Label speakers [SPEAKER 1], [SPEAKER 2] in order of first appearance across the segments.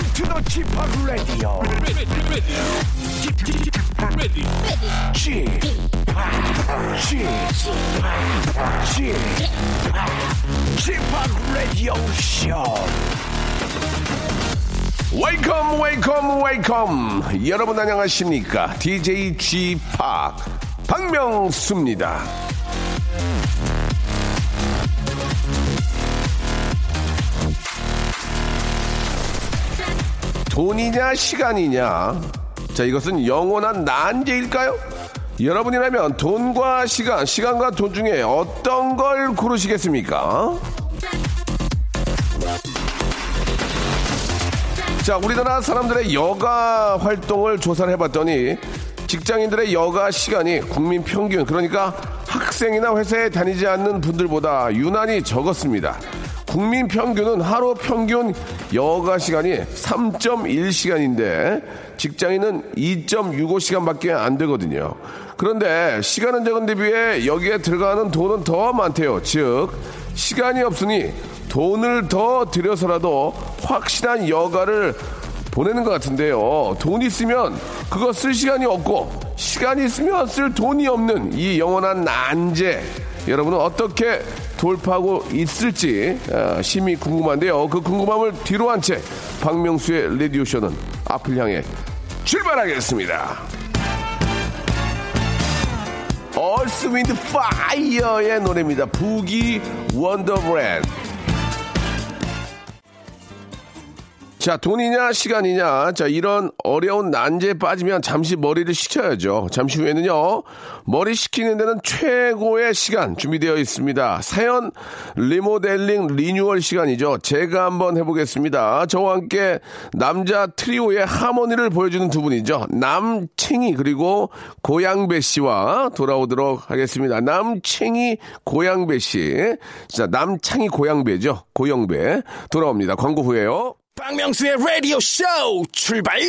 [SPEAKER 1] 지치도 지팍 레디오 지팍 지팍 지팍 레디오 쇼 웨이컴 웨이컴 웨이컴 여러분 안녕하십니까 DJ 지팍 박명수입니다 돈이냐 시간이냐 자 이것은 영원한 난제일까요? 여러분이라면 돈과 시간, 시간과 돈 중에 어떤 걸 고르시겠습니까? 자, 우리나라 사람들의 여가 활동을 조사를 해봤더니 직장인들의 여가 시간이 국민 평균, 그러니까 학생이나 회사에 다니지 않는 분들보다 유난히 적었습니다. 국민 평균은 하루 평균 여가 시간이 3.1시간인데 직장인은 2.65시간밖에 안 되거든요. 그런데 시간은 적은 데 비해 여기에 들어가는 돈은 더 많대요. 즉, 시간이 없으니 돈을 더 들여서라도 확실한 여가를 보내는 것 같은데요. 돈 있으면 그거 쓸 시간이 없고 시간이 있으면 쓸 돈이 없는 이 영원한 난제. 여러분은 어떻게 돌파하고 있을지 아, 심히 궁금한데요. 그 궁금함을 뒤로 한 채 박명수의 레디오쇼는 앞을 향해 출발하겠습니다. 얼스 윈드 파이어의 노래입니다. 부기 원더브랜. 자, 돈이냐, 시간이냐. 자, 이런 어려운 난제에 빠지면 잠시 머리를 식혀야죠. 잠시 후에는요, 머리 식히는 데는 최고의 시간 준비되어 있습니다. 사연 리모델링 리뉴얼 시간이죠. 제가 한번 해보겠습니다. 저와 함께 남자 트리오의 하모니를 보여주는 두 분이죠. 남챙이 그리고 고양배 씨와 돌아오도록 하겠습니다. 남챙이 고양배 씨. 자, 남창이 고양배죠. 고영배. 돌아옵니다. 광고 후에요.
[SPEAKER 2] 박명수의 라디오 쇼 출발!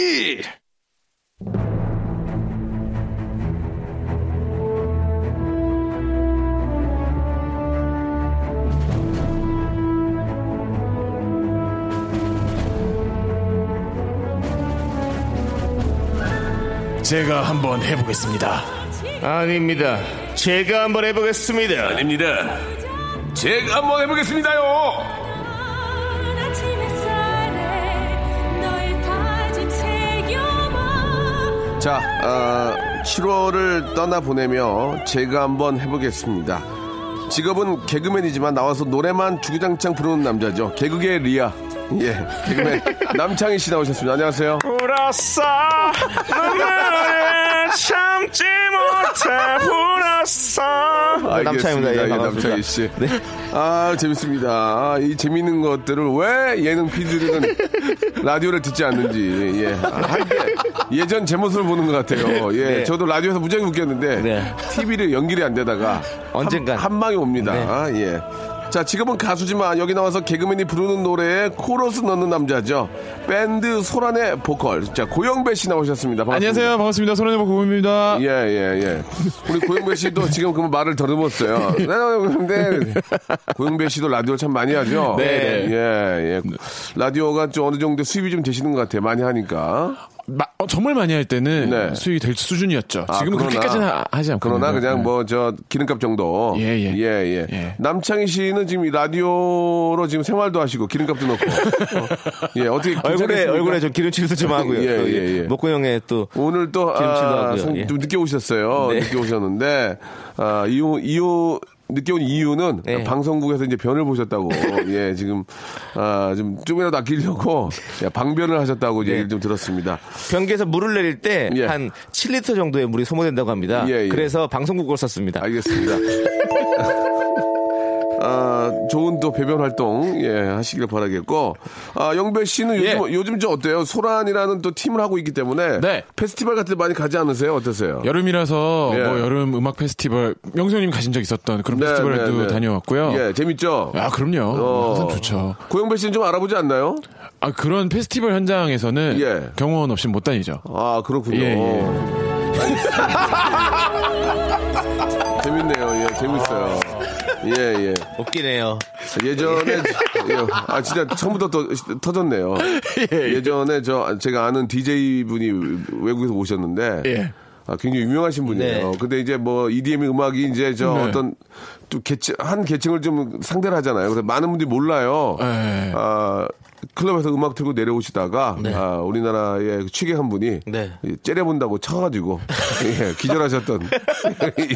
[SPEAKER 2] 제가 한번 해보겠습니다. 아닙니다. 제가 한번 해보겠습니다.
[SPEAKER 1] 아닙니다. 제가 뭐 한번 해보겠습니다요. 자, 어, 7월을 떠나보내며 제가 한번 해보겠습니다. 직업은 개그맨이지만 나와서 노래만 주구장창 부르는 남자죠. 개그계의 리아. 예, 개그맨 남창희 씨 나오셨습니다. 안녕하세요.
[SPEAKER 2] 울었어 눈물을 참지 못해 울었어
[SPEAKER 3] 남창희입니다. 네. 예,
[SPEAKER 1] 아, 알겠습니다. 예,
[SPEAKER 3] 반갑습니다.
[SPEAKER 1] 남창희 씨. 아, 재밌습니다. 아, 이 재밌는 것들을 왜 예능 피디들은 라디오를 듣지 않는지. 예. 아, 할때 예전 제 모습을 보는 것 같아요. 예.
[SPEAKER 3] 네.
[SPEAKER 1] 저도 라디오에서 무지하게 웃겼는데
[SPEAKER 3] 네.
[SPEAKER 1] TV를 연결이 안 되다가
[SPEAKER 3] 언젠간.
[SPEAKER 1] 한, 한 방에 옵니다.
[SPEAKER 3] 네.
[SPEAKER 1] 아, 예. 자, 지금은 가수지만 여기 나와서 개그맨이 부르는 노래에 코러스 넣는 남자죠. 밴드 소란의 보컬. 자, 고영배 씨 나오셨습니다. 반갑습니다.
[SPEAKER 4] 안녕하세요. 반갑습니다. 소란해보 고은입니다.
[SPEAKER 1] 예, 예, 예. 우리 고영배 씨도 지금 그 말을 더듬었어요. 네, 그런데 고영배 씨도 라디오를 참 많이 하죠.
[SPEAKER 4] 네.
[SPEAKER 1] 예, 예. 라디오가 좀 어느 정도 수입이 좀 되시는 것 같아요. 많이 하니까.
[SPEAKER 4] 마- 어, 정말 많이 할 때는
[SPEAKER 1] 네.
[SPEAKER 4] 수익이 될 수준이었죠.
[SPEAKER 1] 아,
[SPEAKER 4] 지금은
[SPEAKER 1] 그러나-
[SPEAKER 4] 그렇게까지는 하- 하지 않고.
[SPEAKER 1] 그러나 그냥 뭐 저 기름값 정도.
[SPEAKER 4] 예, 예.
[SPEAKER 1] 예, 예.
[SPEAKER 4] 예.
[SPEAKER 1] 남창희 씨는 지금 이 라디오로 지금 생활도 하시고 기름값도 넣고. 어. 예, 어떻게
[SPEAKER 3] 얼굴에
[SPEAKER 1] 괜찮겠습니까?
[SPEAKER 3] 얼굴에 좀 기름칠도 좀 하고요.
[SPEAKER 1] 예, 예, 예.
[SPEAKER 3] 목고 형의 또
[SPEAKER 1] 오늘 또,
[SPEAKER 3] 김치도
[SPEAKER 1] 아,
[SPEAKER 3] 하고요.
[SPEAKER 1] 상-
[SPEAKER 3] 예.
[SPEAKER 1] 좀 늦게 오셨어요.
[SPEAKER 3] 네.
[SPEAKER 1] 늦게 오셨는데, 아, 이유, 이유, 늦게 온 이유는
[SPEAKER 3] 네.
[SPEAKER 1] 방송국에서 이제 변을 보셨다고, 예, 지금, 아, 좀, 좀이라도 아끼려고, 예, 방변을 하셨다고
[SPEAKER 4] 네.
[SPEAKER 1] 얘기를 좀 들었습니다.
[SPEAKER 3] 변기에서 물을 내릴 때 한
[SPEAKER 1] 예.
[SPEAKER 3] 7리터 정도의 물이 소모된다고 합니다.
[SPEAKER 1] 예, 예.
[SPEAKER 3] 그래서 방송국을 썼습니다.
[SPEAKER 1] 알겠습니다. 아, 좋은 또 배변 활동, 예, 하시길 바라겠고, 아, 영배 씨는
[SPEAKER 4] 예.
[SPEAKER 1] 요즘, 요즘 저 어때요? 소란이라는 또 팀을 하고 있기 때문에,
[SPEAKER 4] 네.
[SPEAKER 1] 페스티벌 같은 데 많이 가지 않으세요? 어떠세요?
[SPEAKER 4] 여름이라서
[SPEAKER 1] 예.
[SPEAKER 4] 뭐 여름 음악 페스티벌 명수님 가신 적 있었던 그런
[SPEAKER 1] 네,
[SPEAKER 4] 페스티벌에도
[SPEAKER 1] 네, 네.
[SPEAKER 4] 다녀왔고요.
[SPEAKER 1] 예, 재밌죠?
[SPEAKER 4] 아 그럼요.
[SPEAKER 1] 어.
[SPEAKER 4] 항상 좋죠.
[SPEAKER 1] 고영배 씨는 좀 알아보지 않나요?
[SPEAKER 4] 아 그런 페스티벌 현장에서는
[SPEAKER 1] 예.
[SPEAKER 4] 경호원 없이 못 다니죠.
[SPEAKER 1] 아 그렇군요.
[SPEAKER 4] 예, 예.
[SPEAKER 1] 재밌네요. 예, 재밌어요. 예, 예.
[SPEAKER 3] 웃기네요.
[SPEAKER 1] 예전에 예. 아, 진짜 처음부터 터, 터졌네요. 예, 전에저 제가 아는 DJ 분이 외국에서 오셨는데
[SPEAKER 4] 예.
[SPEAKER 1] 아, 굉장히 유명하신 분이에요.
[SPEAKER 3] 네.
[SPEAKER 1] 근데 이제 뭐 EDM 음악이 이제 저
[SPEAKER 4] 네.
[SPEAKER 1] 어떤 또 계층 한 계층을 좀 상대를 하잖아요. 그래서 많은 분들이 몰라요.
[SPEAKER 4] 네.
[SPEAKER 1] 아, 클럽에서 음악 틀고 내려오시다가 아, 우리나라의 취객한 분이
[SPEAKER 3] 네.
[SPEAKER 1] 예, 째려본다고 쳐가지고 예, 기절하셨던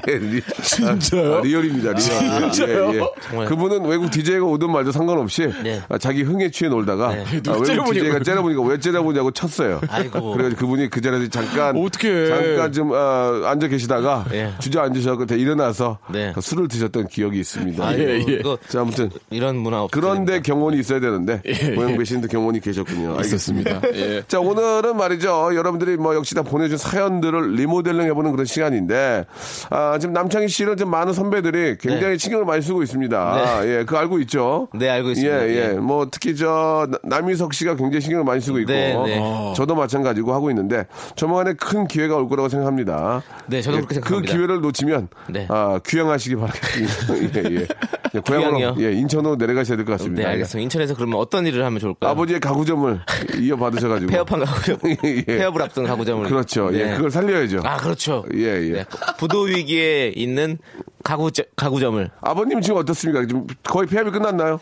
[SPEAKER 1] 예, 리,
[SPEAKER 4] 진짜요?
[SPEAKER 1] 아, 리얼입니다. 리얼.
[SPEAKER 4] 진짜요?
[SPEAKER 3] 정말.
[SPEAKER 1] 그분은 외국 DJ가 오든 말든 상관없이
[SPEAKER 3] 네.
[SPEAKER 1] 아, 자기 흥에 취해 놀다가 아,
[SPEAKER 4] 네. 누가
[SPEAKER 1] 외국
[SPEAKER 4] 째려보냐고
[SPEAKER 1] DJ가
[SPEAKER 4] 그러는데.
[SPEAKER 1] 째려보니까 왜 째려보냐고 쳤어요.
[SPEAKER 3] 아이고.
[SPEAKER 1] 그래가지고 그분이 그 자리에서 잠깐
[SPEAKER 4] 어떡해. 네.
[SPEAKER 1] 잠깐 좀 아, 앉아 계시다가
[SPEAKER 3] 예.
[SPEAKER 1] 주저앉으셔서 일어나서
[SPEAKER 3] 네.
[SPEAKER 1] 술을 드셨던 기억이 있습니다.
[SPEAKER 3] 아이고,
[SPEAKER 4] 예, 예.
[SPEAKER 3] 이거
[SPEAKER 1] 자, 아무튼
[SPEAKER 3] 이런 문화 없
[SPEAKER 1] 그런데 경험이 있어야 되는데
[SPEAKER 3] 예,
[SPEAKER 1] 고향 배신도 경험이 계셨군요. 알겠습니다.
[SPEAKER 4] 있었습니다. 예.
[SPEAKER 1] 자 오늘은 말이죠 여러분들이 뭐 역시 다 보내준 사연들을 리모델링 해보는 그런 시간인데 아, 지금 남창희 씨는 좀 많은 선배들이 굉장히 신경을 많이 쓰고 있습니다. 예, 그 알고 있죠?
[SPEAKER 3] 네, 알고 있습니다.
[SPEAKER 1] 예, 예.
[SPEAKER 3] 예.
[SPEAKER 1] 뭐 특히 저 나- 남희석 씨가 굉장히 신경을 많이 쓰고 있고
[SPEAKER 3] 네, 네.
[SPEAKER 1] 어. 저도 마찬가지고 하고 있는데 조만간에 큰 기회가 올 거라고 생각합니다.
[SPEAKER 3] 네, 저도 그렇게 생각합니다.
[SPEAKER 1] 그 기회를 놓치면
[SPEAKER 3] 네.
[SPEAKER 1] 아, 귀향하시기 바라겠습니다. 예, 예. 예, 고향으로
[SPEAKER 3] 귀향이요?
[SPEAKER 1] 예, 인천으로 내려가셔야 될 것 같습니다.
[SPEAKER 3] 네, 알겠습니다. 인천에서 그러면 어떤 일을 하면
[SPEAKER 1] 예.
[SPEAKER 3] 좋을까요?
[SPEAKER 1] 아버지의 가구점을 이어받으셔가지고.
[SPEAKER 3] 폐업한 가구점.
[SPEAKER 1] 예.
[SPEAKER 3] 폐업을 앞둔 가구점을.
[SPEAKER 1] 그렇죠. 예,
[SPEAKER 3] 네.
[SPEAKER 1] 그걸 살려야죠.
[SPEAKER 3] 아, 그렇죠.
[SPEAKER 1] 예, 예.
[SPEAKER 3] 네, 부도 위기에 있는 가구 가구점을
[SPEAKER 1] 아버님 지금 어떻습니까? 지금 거의 폐업이 끝났나요?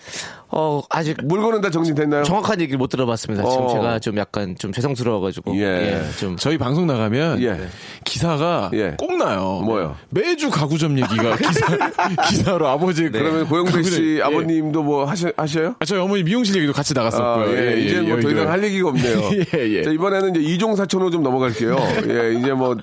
[SPEAKER 3] 어 아직
[SPEAKER 1] 물건은 다 정리됐나요?
[SPEAKER 3] 정확한 얘기를 못 들어봤습니다. 지금
[SPEAKER 1] 어.
[SPEAKER 3] 제가 좀 약간 좀 죄송스러워가지고
[SPEAKER 1] 예.
[SPEAKER 3] 좀
[SPEAKER 4] 저희 방송 나가면
[SPEAKER 1] 예.
[SPEAKER 4] 기사가
[SPEAKER 1] 예.
[SPEAKER 4] 꼭 나요.
[SPEAKER 1] 뭐요?
[SPEAKER 4] 매주 가구점 얘기가 기사, 로 아버지
[SPEAKER 1] 네.
[SPEAKER 4] 예.
[SPEAKER 1] 그러면 고영배 씨 아버님도 뭐 하셔, 하셔요?
[SPEAKER 4] 아, 저희 어머니 미용실 얘기도 같이
[SPEAKER 1] 아,
[SPEAKER 4] 나갔었고요.
[SPEAKER 1] 예, 이제 뭐 더 이상 할 얘기가 없네요.
[SPEAKER 4] 예, 예.
[SPEAKER 1] 자, 이번에는 이제 이종사촌으로 좀 넘어갈게요. 예, 이제 뭐,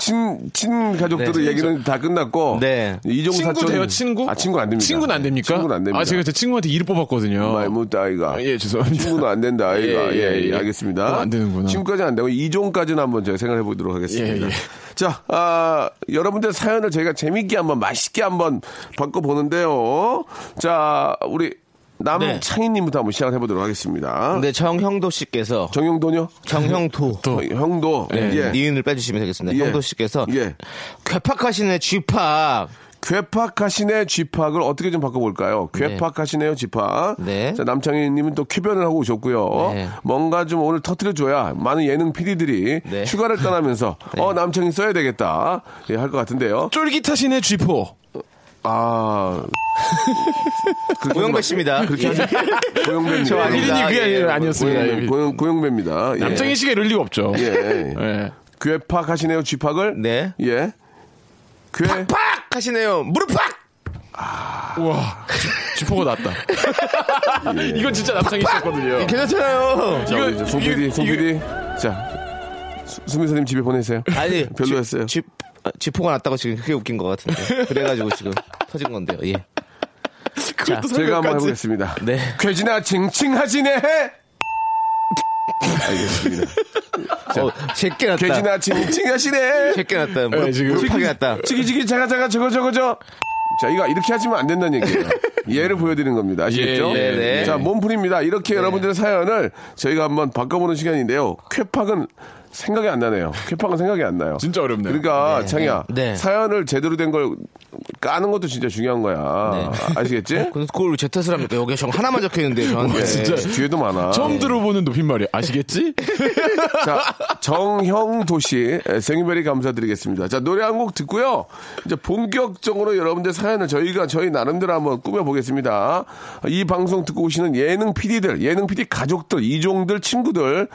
[SPEAKER 1] 친, 친 가족들의
[SPEAKER 3] 네,
[SPEAKER 1] 얘기는 다 끝났고.
[SPEAKER 3] 네.
[SPEAKER 1] 이종사촌.
[SPEAKER 4] 친구 돼요, 친구?
[SPEAKER 1] 아, 친구 안 됩니다.
[SPEAKER 4] 친구는 안 됩니까?
[SPEAKER 1] 친구는 안 됩니다.
[SPEAKER 4] 아, 제가 제 친구한테 일을 뽑았거든요.
[SPEAKER 1] 말못 아이가.
[SPEAKER 4] 아, 예, 죄송합니다.
[SPEAKER 1] 친구는 안 된다, 아이가. 예,
[SPEAKER 4] 예, 예,
[SPEAKER 1] 예,
[SPEAKER 4] 예.
[SPEAKER 1] 알겠습니다.
[SPEAKER 4] 그건 안 되는구나.
[SPEAKER 1] 친구까지 안 되고, 이종까지는 한번 제가 생각해 보도록 하겠습니다.
[SPEAKER 4] 예, 예.
[SPEAKER 1] 자, 아, 여러분들 사연을 저희가 재밌게 한번, 맛있게 한번 바꿔보는데요. 자, 우리 남창희님부터 한번 시작해 보도록 하겠습니다.
[SPEAKER 4] 네.
[SPEAKER 3] 근데 정형도 씨께서
[SPEAKER 1] 정용돈요?
[SPEAKER 3] 정형도
[SPEAKER 1] 어, 형도.
[SPEAKER 4] 네.
[SPEAKER 1] 예.
[SPEAKER 3] 니은을 빼주시면 되겠습니다.
[SPEAKER 1] 예.
[SPEAKER 3] 형도 씨께서
[SPEAKER 1] 예.
[SPEAKER 3] 괴팍하시네 쥐팍
[SPEAKER 1] 괴팍하시네 쥐팍을 어떻게 좀 바꿔볼까요? 괴팍하시네요 쥐팍.
[SPEAKER 3] 네.
[SPEAKER 1] 자 남창희님은 또 쾌변을 하고 오셨고요.
[SPEAKER 3] 네.
[SPEAKER 1] 뭔가 좀 오늘 터트려줘야 많은 예능 PD들이
[SPEAKER 3] 네.
[SPEAKER 1] 휴가를 떠나면서 어 남창희 써야 되겠다 예, 할 것 같은데요.
[SPEAKER 4] 쫄깃하시네 쥐포.
[SPEAKER 1] 아 그렇게 하지
[SPEAKER 3] 고영배
[SPEAKER 1] 마-
[SPEAKER 3] 씨입니다.
[SPEAKER 1] 그렇게 하지 고영배입니다.
[SPEAKER 3] 저 아닙니다.
[SPEAKER 4] 일인이 그게
[SPEAKER 3] 예,
[SPEAKER 4] 아니라
[SPEAKER 3] 예.
[SPEAKER 4] 아니었습니다.
[SPEAKER 1] 고영배, 고영, 고영배입니다. 예.
[SPEAKER 4] 남정희 씨가 이럴 리가 없죠.
[SPEAKER 1] 예.
[SPEAKER 4] 예.
[SPEAKER 1] 괴팍하시네요 쥐팍을.
[SPEAKER 3] 네.
[SPEAKER 1] 예. 괴.
[SPEAKER 3] 팍 하시네요 무릎팍
[SPEAKER 4] 우와. 쥐포가 낫다. 이건 진짜 남창희 씨였거든요.
[SPEAKER 3] 괜찮잖아요.
[SPEAKER 1] 자,
[SPEAKER 4] 이거-
[SPEAKER 1] 우리 저송
[SPEAKER 4] 이거-
[SPEAKER 1] PD, 송
[SPEAKER 4] 이거-
[SPEAKER 1] PD. 자, 수- 수민사님 집에 보내세요.
[SPEAKER 3] 아니
[SPEAKER 1] 별로였어요.
[SPEAKER 3] 쥐, 쥐, 포가 났다고 지금 그게 웃긴 것 같은데 그래가지고 지금 터진 건데요. 예.
[SPEAKER 4] 그것도
[SPEAKER 1] 제가 한번
[SPEAKER 4] 설명까지.
[SPEAKER 1] 해보겠습니다.
[SPEAKER 3] 네.
[SPEAKER 1] 괴지나 칭칭하지네 해! 알겠습니다.
[SPEAKER 3] 어, 제게 났다.
[SPEAKER 1] 괴지나 칭칭하시네!
[SPEAKER 3] 제게 났다. 무릎,
[SPEAKER 4] 예, 지금.
[SPEAKER 3] 무릎팍이 났다.
[SPEAKER 1] 지기지기 자가자가 저거 저거 저. 자, 이거 이렇게 하시면 안 된다는 얘기예요. 예를 보여드리는 겁니다. 아시겠죠?
[SPEAKER 4] 예, 예,
[SPEAKER 3] 네.
[SPEAKER 1] 자, 몸풀입니다. 이렇게 여러분들의 사연을 저희가 한번 바꿔보는 시간인데요. 쾌팍은 생각이 안 나네요. 쾌팍은 생각이 안 나요.
[SPEAKER 4] 진짜 어렵네요.
[SPEAKER 1] 그러니까 창이야
[SPEAKER 3] 네.
[SPEAKER 1] 사연을 제대로 된 걸 까는 것도 진짜 중요한 거야. 아, 아시겠지?
[SPEAKER 3] 근데 네. 어, 그걸 왜제 탓을 합니까? 여기 정 하나만 적혀 있는데 저한테.
[SPEAKER 4] 와, 진짜.
[SPEAKER 1] 뒤에도 많아. 예.
[SPEAKER 4] 처음 들어보는 높임말이야. 아시겠지?
[SPEAKER 1] 자, 정형도 씨 에, 생일별이 감사드리겠습니다. 자, 노래 한 곡 듣고요. 이제 본격적으로 여러분들 사연을 저희가 저희 나름대로 한번 꾸며보겠습니다. 이 방송 듣고 오시는 예능 PD들, 예능 PD 가족들, 이종들, 친구들,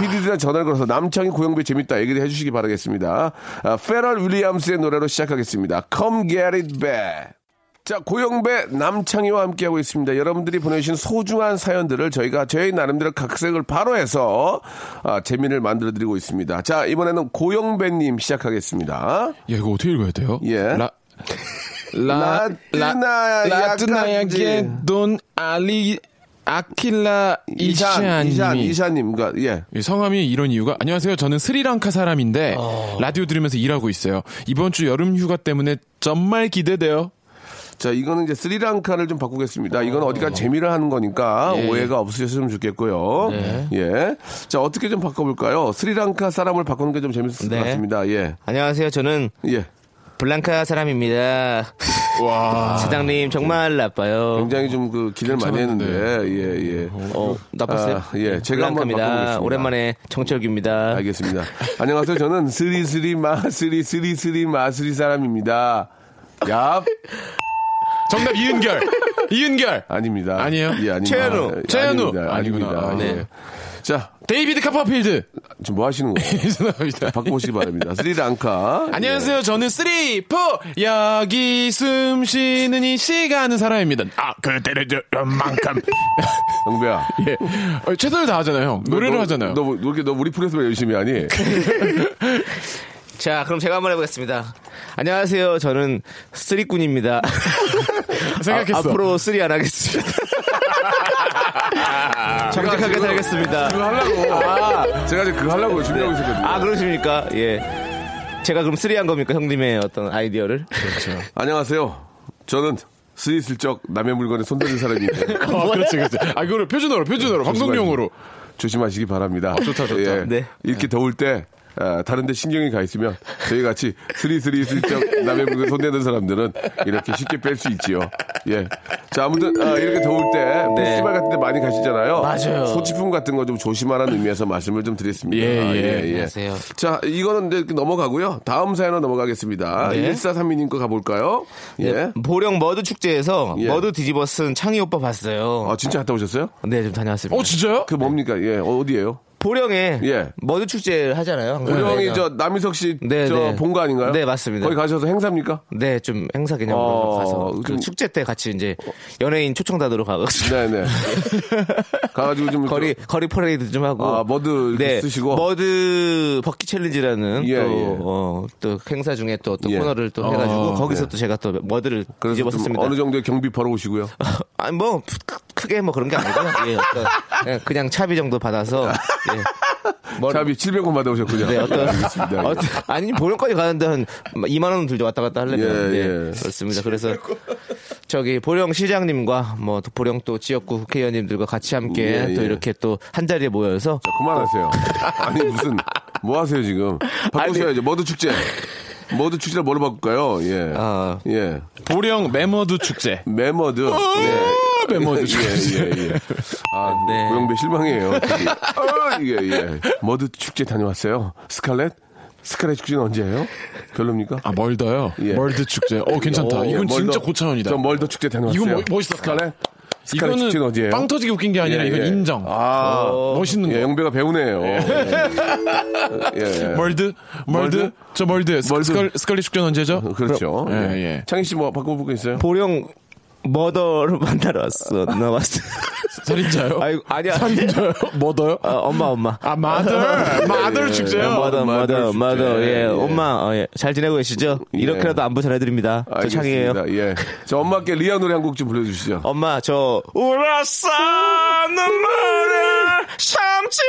[SPEAKER 1] PD들한테 전화를 걸어서 남창이 고영배 재밌다 얘기를 해주시기 바라겠습니다. 아, 페럴 윌리엄스의 노래로 시작하겠습니다. Come get it back. 자, 고영배 남창희와 함께하고 있습니다. 여러분들이 보내주신 소중한 사연들을 저희가 저희 나름대로 각색을 바로 해서 아, 재미를 만들어드리고 있습니다. 자, 이번에는 고영배님 시작하겠습니다.
[SPEAKER 4] 야, 이거 어떻게 읽어야 돼요?
[SPEAKER 1] 예.
[SPEAKER 4] 라, 라,
[SPEAKER 1] 라트나
[SPEAKER 4] 라, 라트나에게
[SPEAKER 1] 약간지.
[SPEAKER 4] 돈 알리, 아킬라 이샤님.
[SPEAKER 1] 이산, 이산님, 그러니까, 예.
[SPEAKER 4] 이 성함이 이런 이유가 안녕하세요. 저는 스리랑카 사람인데
[SPEAKER 1] 어.
[SPEAKER 4] 라디오 들으면서 일하고 있어요. 이번 주 여름 휴가 때문에 정말 기대돼요.
[SPEAKER 1] 자, 이거는 이제 스리랑카를 좀 바꾸겠습니다. 이건 어디가 재미를 하는 거니까 오해가 없으셨으면 좋겠고요. 예. 자, 어떻게 좀 바꿔볼까요? 스리랑카 사람을 바꾸는 게 좀 재밌을 것
[SPEAKER 3] 네.
[SPEAKER 1] 같습니다. 예.
[SPEAKER 3] 안녕하세요. 저는
[SPEAKER 1] 예.
[SPEAKER 3] 블랑카 사람입니다.
[SPEAKER 4] 와.
[SPEAKER 3] 사장님 정말 나빠요.
[SPEAKER 1] 굉장히 좀 그 기대를 많이 했는데 예 예.
[SPEAKER 3] 어 나빴어요?
[SPEAKER 1] 아, 예, 제가 한번
[SPEAKER 3] 블랑카입니다.
[SPEAKER 1] 바꿔보겠습니다.
[SPEAKER 3] 오랜만에 정철규입니다.
[SPEAKER 1] 알겠습니다. 안녕하세요. 저는 스리스리 마스리 스리스리 마스리 사람입니다. 얍
[SPEAKER 4] 정답 이은결. 이은결.
[SPEAKER 1] 아닙니다.
[SPEAKER 4] 아니에요?
[SPEAKER 1] 예, 아닙니다.
[SPEAKER 4] 최현우.
[SPEAKER 1] 아,
[SPEAKER 4] 최현우.
[SPEAKER 1] 아닙니다.
[SPEAKER 4] 아니구나.
[SPEAKER 1] 아닙니다.
[SPEAKER 4] 아,
[SPEAKER 1] 예.
[SPEAKER 4] 네.
[SPEAKER 1] 자
[SPEAKER 4] 데이비드 카퍼필드.
[SPEAKER 1] 지금 뭐 하시는 거예요?
[SPEAKER 4] 죄송합니다.
[SPEAKER 1] 아, 바꿔보시기 바랍니다. 스리랑카.
[SPEAKER 4] 안녕하세요. 저는 쓰리, 포 여기 숨 쉬는 이 시간은 사람입니다. 아, 그때를 만큼.
[SPEAKER 1] 영배야.
[SPEAKER 4] 예. 어, 최선을 다하잖아요, 형. 노래를
[SPEAKER 1] 너,
[SPEAKER 4] 하잖아요.
[SPEAKER 1] 너, 뭐- 너, 이렇게 너 우리 프로에서 왜 열심히 하니?
[SPEAKER 3] 자 그럼 제가 한번 해보겠습니다. 안녕하세요. 저는 쓰리꾼입니다.
[SPEAKER 4] 생각했어.
[SPEAKER 3] 아, 앞으로 쓰리 안 하겠습니다. 정직하게 살겠습니다.
[SPEAKER 1] 그거 하려고. 아. 제가 지금 그거 하려고 준비하고 있었거든요.
[SPEAKER 3] 아 그러십니까? 예. 제가 그럼 쓰리한 겁니까 형님의 어떤 아이디어를?
[SPEAKER 1] 안녕하세요. 저는 스리슬쩍 남의 물건에 손대는 사람입니다.
[SPEAKER 4] 어, 그렇지, 그렇지. 아, 이거를 표준어로, 표준어로,
[SPEAKER 1] 네,
[SPEAKER 4] 방송용으로.
[SPEAKER 1] 조심하시기 바랍니다. 좋다, 좋다.
[SPEAKER 3] 네.
[SPEAKER 1] 이렇게 더울 때, 아, 다른데 신경이 가 있으면 저희 같이 스리스리 슬쩍 남의 물건 손대는 사람들은 이렇게 쉽게 뺄 수 있지요. 예. 자, 아무튼 아, 이렇게 더울 때 페스티벌 같은 데 많이 가시잖아요.
[SPEAKER 3] 맞아요.
[SPEAKER 1] 소지품 같은 거 좀 조심하라는 의미에서 말씀을 좀 드렸습니다.
[SPEAKER 4] 예,
[SPEAKER 1] 아,
[SPEAKER 4] 예.
[SPEAKER 3] 안녕하세요.
[SPEAKER 1] 자, 이거는 이제 넘어가고요. 다음 사연으로 넘어가겠습니다.
[SPEAKER 3] 네.
[SPEAKER 1] 1432님 거 가볼까요? 예.
[SPEAKER 3] 네, 보령 머드 축제에서
[SPEAKER 1] 예.
[SPEAKER 3] 머드 뒤집어 쓴 창희 오빠 봤어요.
[SPEAKER 1] 아, 진짜 갔다 오셨어요?
[SPEAKER 3] 네, 좀 다녀왔습니다.
[SPEAKER 4] 어, 진짜요?
[SPEAKER 1] 그 뭡니까? 예, 어디예요?
[SPEAKER 3] 보령에
[SPEAKER 1] 예.
[SPEAKER 3] 머드 축제 하잖아요. 항상.
[SPEAKER 1] 우령이
[SPEAKER 3] 네,
[SPEAKER 1] 저 남희석 씨
[SPEAKER 3] 네,
[SPEAKER 1] 저
[SPEAKER 3] 네.
[SPEAKER 1] 본 거 아닌가요?
[SPEAKER 3] 네, 맞습니다.
[SPEAKER 1] 거기 가셔서 행사입니까?
[SPEAKER 3] 네, 좀 행사 개념으로
[SPEAKER 1] 어,
[SPEAKER 3] 가서 그
[SPEAKER 1] 좀- 어.
[SPEAKER 3] 축제 때 같이 이제 연예인 초청단으로 가가지고
[SPEAKER 1] 네, 네. 가가지고 좀
[SPEAKER 3] 거리 거리 퍼레이드 좀 하고
[SPEAKER 1] 아, 머드 이렇게
[SPEAKER 3] 네,
[SPEAKER 1] 쓰시고?
[SPEAKER 3] 머드 버킷 챌린지라는
[SPEAKER 1] 예, 예.
[SPEAKER 3] 또, 어, 또 행사 중에 또 어떤
[SPEAKER 1] 예. 네.
[SPEAKER 3] 코너를 또 해가지고 거기서 또 제가 또 머드를
[SPEAKER 1] 그래서 좀
[SPEAKER 3] 뒤집어썼습니다.
[SPEAKER 1] 어느 정도의 경비 벌어오시고요.
[SPEAKER 3] 아니 뭐 크- 크게 뭐 그런 게 아니고요. 예, 어떤, 예, 그냥 차비 정도 받아서 예. 머리-
[SPEAKER 1] 차비 700원 받아오셨군요.
[SPEAKER 3] 네, 어떤,
[SPEAKER 1] 알겠습니다.
[SPEAKER 3] 어떤 아니 보령까지 가는데 한 2만 원 들죠 왔다 갔다 하려면
[SPEAKER 1] 예,
[SPEAKER 3] 예,
[SPEAKER 1] 예.
[SPEAKER 3] 그렇습니다. 그래서 저기 보령 시장님과 뭐 또 보령 또 지역구 국회의원님들과 같이 함께
[SPEAKER 1] 예, 예.
[SPEAKER 3] 또 이렇게 또 한 자리에 모여서
[SPEAKER 1] 자, 그만하세요. 아니, 무슨, 뭐 하세요, 지금? 바꾸셔야죠. 머드 축제. 머드 축제를 뭐로 바꿀까요? 예.
[SPEAKER 3] 아.
[SPEAKER 1] 예.
[SPEAKER 4] 보령 메머드 축제.
[SPEAKER 1] 메머드.
[SPEAKER 4] 아,
[SPEAKER 1] 예.
[SPEAKER 4] 메머드
[SPEAKER 1] 예, 예, 예. 아,
[SPEAKER 3] 네.
[SPEAKER 1] 고영배 실망이에요. 아, 예, 예. 머드 축제 다녀왔어요. 스칼렛? 스칼렛 축제는 언제예요? 별로입니까?
[SPEAKER 4] 아, 멀더요?
[SPEAKER 1] 예.
[SPEAKER 4] 멀드 축제. 어, 괜찮다.
[SPEAKER 1] 오, 예,
[SPEAKER 4] 이건
[SPEAKER 1] 멀더-
[SPEAKER 4] 진짜 고차원이다.
[SPEAKER 1] 저 멀더 축제 다녀왔어요.
[SPEAKER 4] 이건 뭐- 멋있다.
[SPEAKER 1] 스칼렛? 스칼렛 축제는
[SPEAKER 4] 이거는
[SPEAKER 1] 어디예요?
[SPEAKER 4] 빵 터지게 웃긴 게 아니라
[SPEAKER 1] 예,
[SPEAKER 4] 이건
[SPEAKER 1] 예.
[SPEAKER 4] 인정. 어,
[SPEAKER 1] 아,
[SPEAKER 4] 멋있는
[SPEAKER 1] 예,
[SPEAKER 4] 거.
[SPEAKER 1] 영배가 배우네요. 예. 예.
[SPEAKER 4] 멀드? 멀드?
[SPEAKER 1] 멀드?
[SPEAKER 4] 저 멀드. 스-
[SPEAKER 1] 멀드.
[SPEAKER 4] 스컬, 스컬리 축제는 언제죠?
[SPEAKER 1] 그렇죠.
[SPEAKER 4] 그럼- 예, 예.
[SPEAKER 1] 창희 씨 뭐 바꿔볼 거 있어요?
[SPEAKER 3] 보령 머더를 만나러 왔어 나왔어.
[SPEAKER 4] 살인자요?
[SPEAKER 3] 아이고 아니야.
[SPEAKER 4] 살인자요? 머더요?
[SPEAKER 3] 어, 예, 엄마 네, 엄마.
[SPEAKER 4] 아, 마더. 마더 축제요?
[SPEAKER 3] 마더 마더 마더
[SPEAKER 1] 예,
[SPEAKER 3] 예,
[SPEAKER 1] 예.
[SPEAKER 3] 엄마 어, 예. 잘 지내고 계시죠?
[SPEAKER 1] 예.
[SPEAKER 3] 이렇게라도 안부 전해드립니다. 저 창이에요.
[SPEAKER 1] 알겠습니다. 예. 저 엄마께 리아 노래 한 곡 좀 불러주시죠.
[SPEAKER 3] 엄마 저
[SPEAKER 2] 울었어 눈물을 참지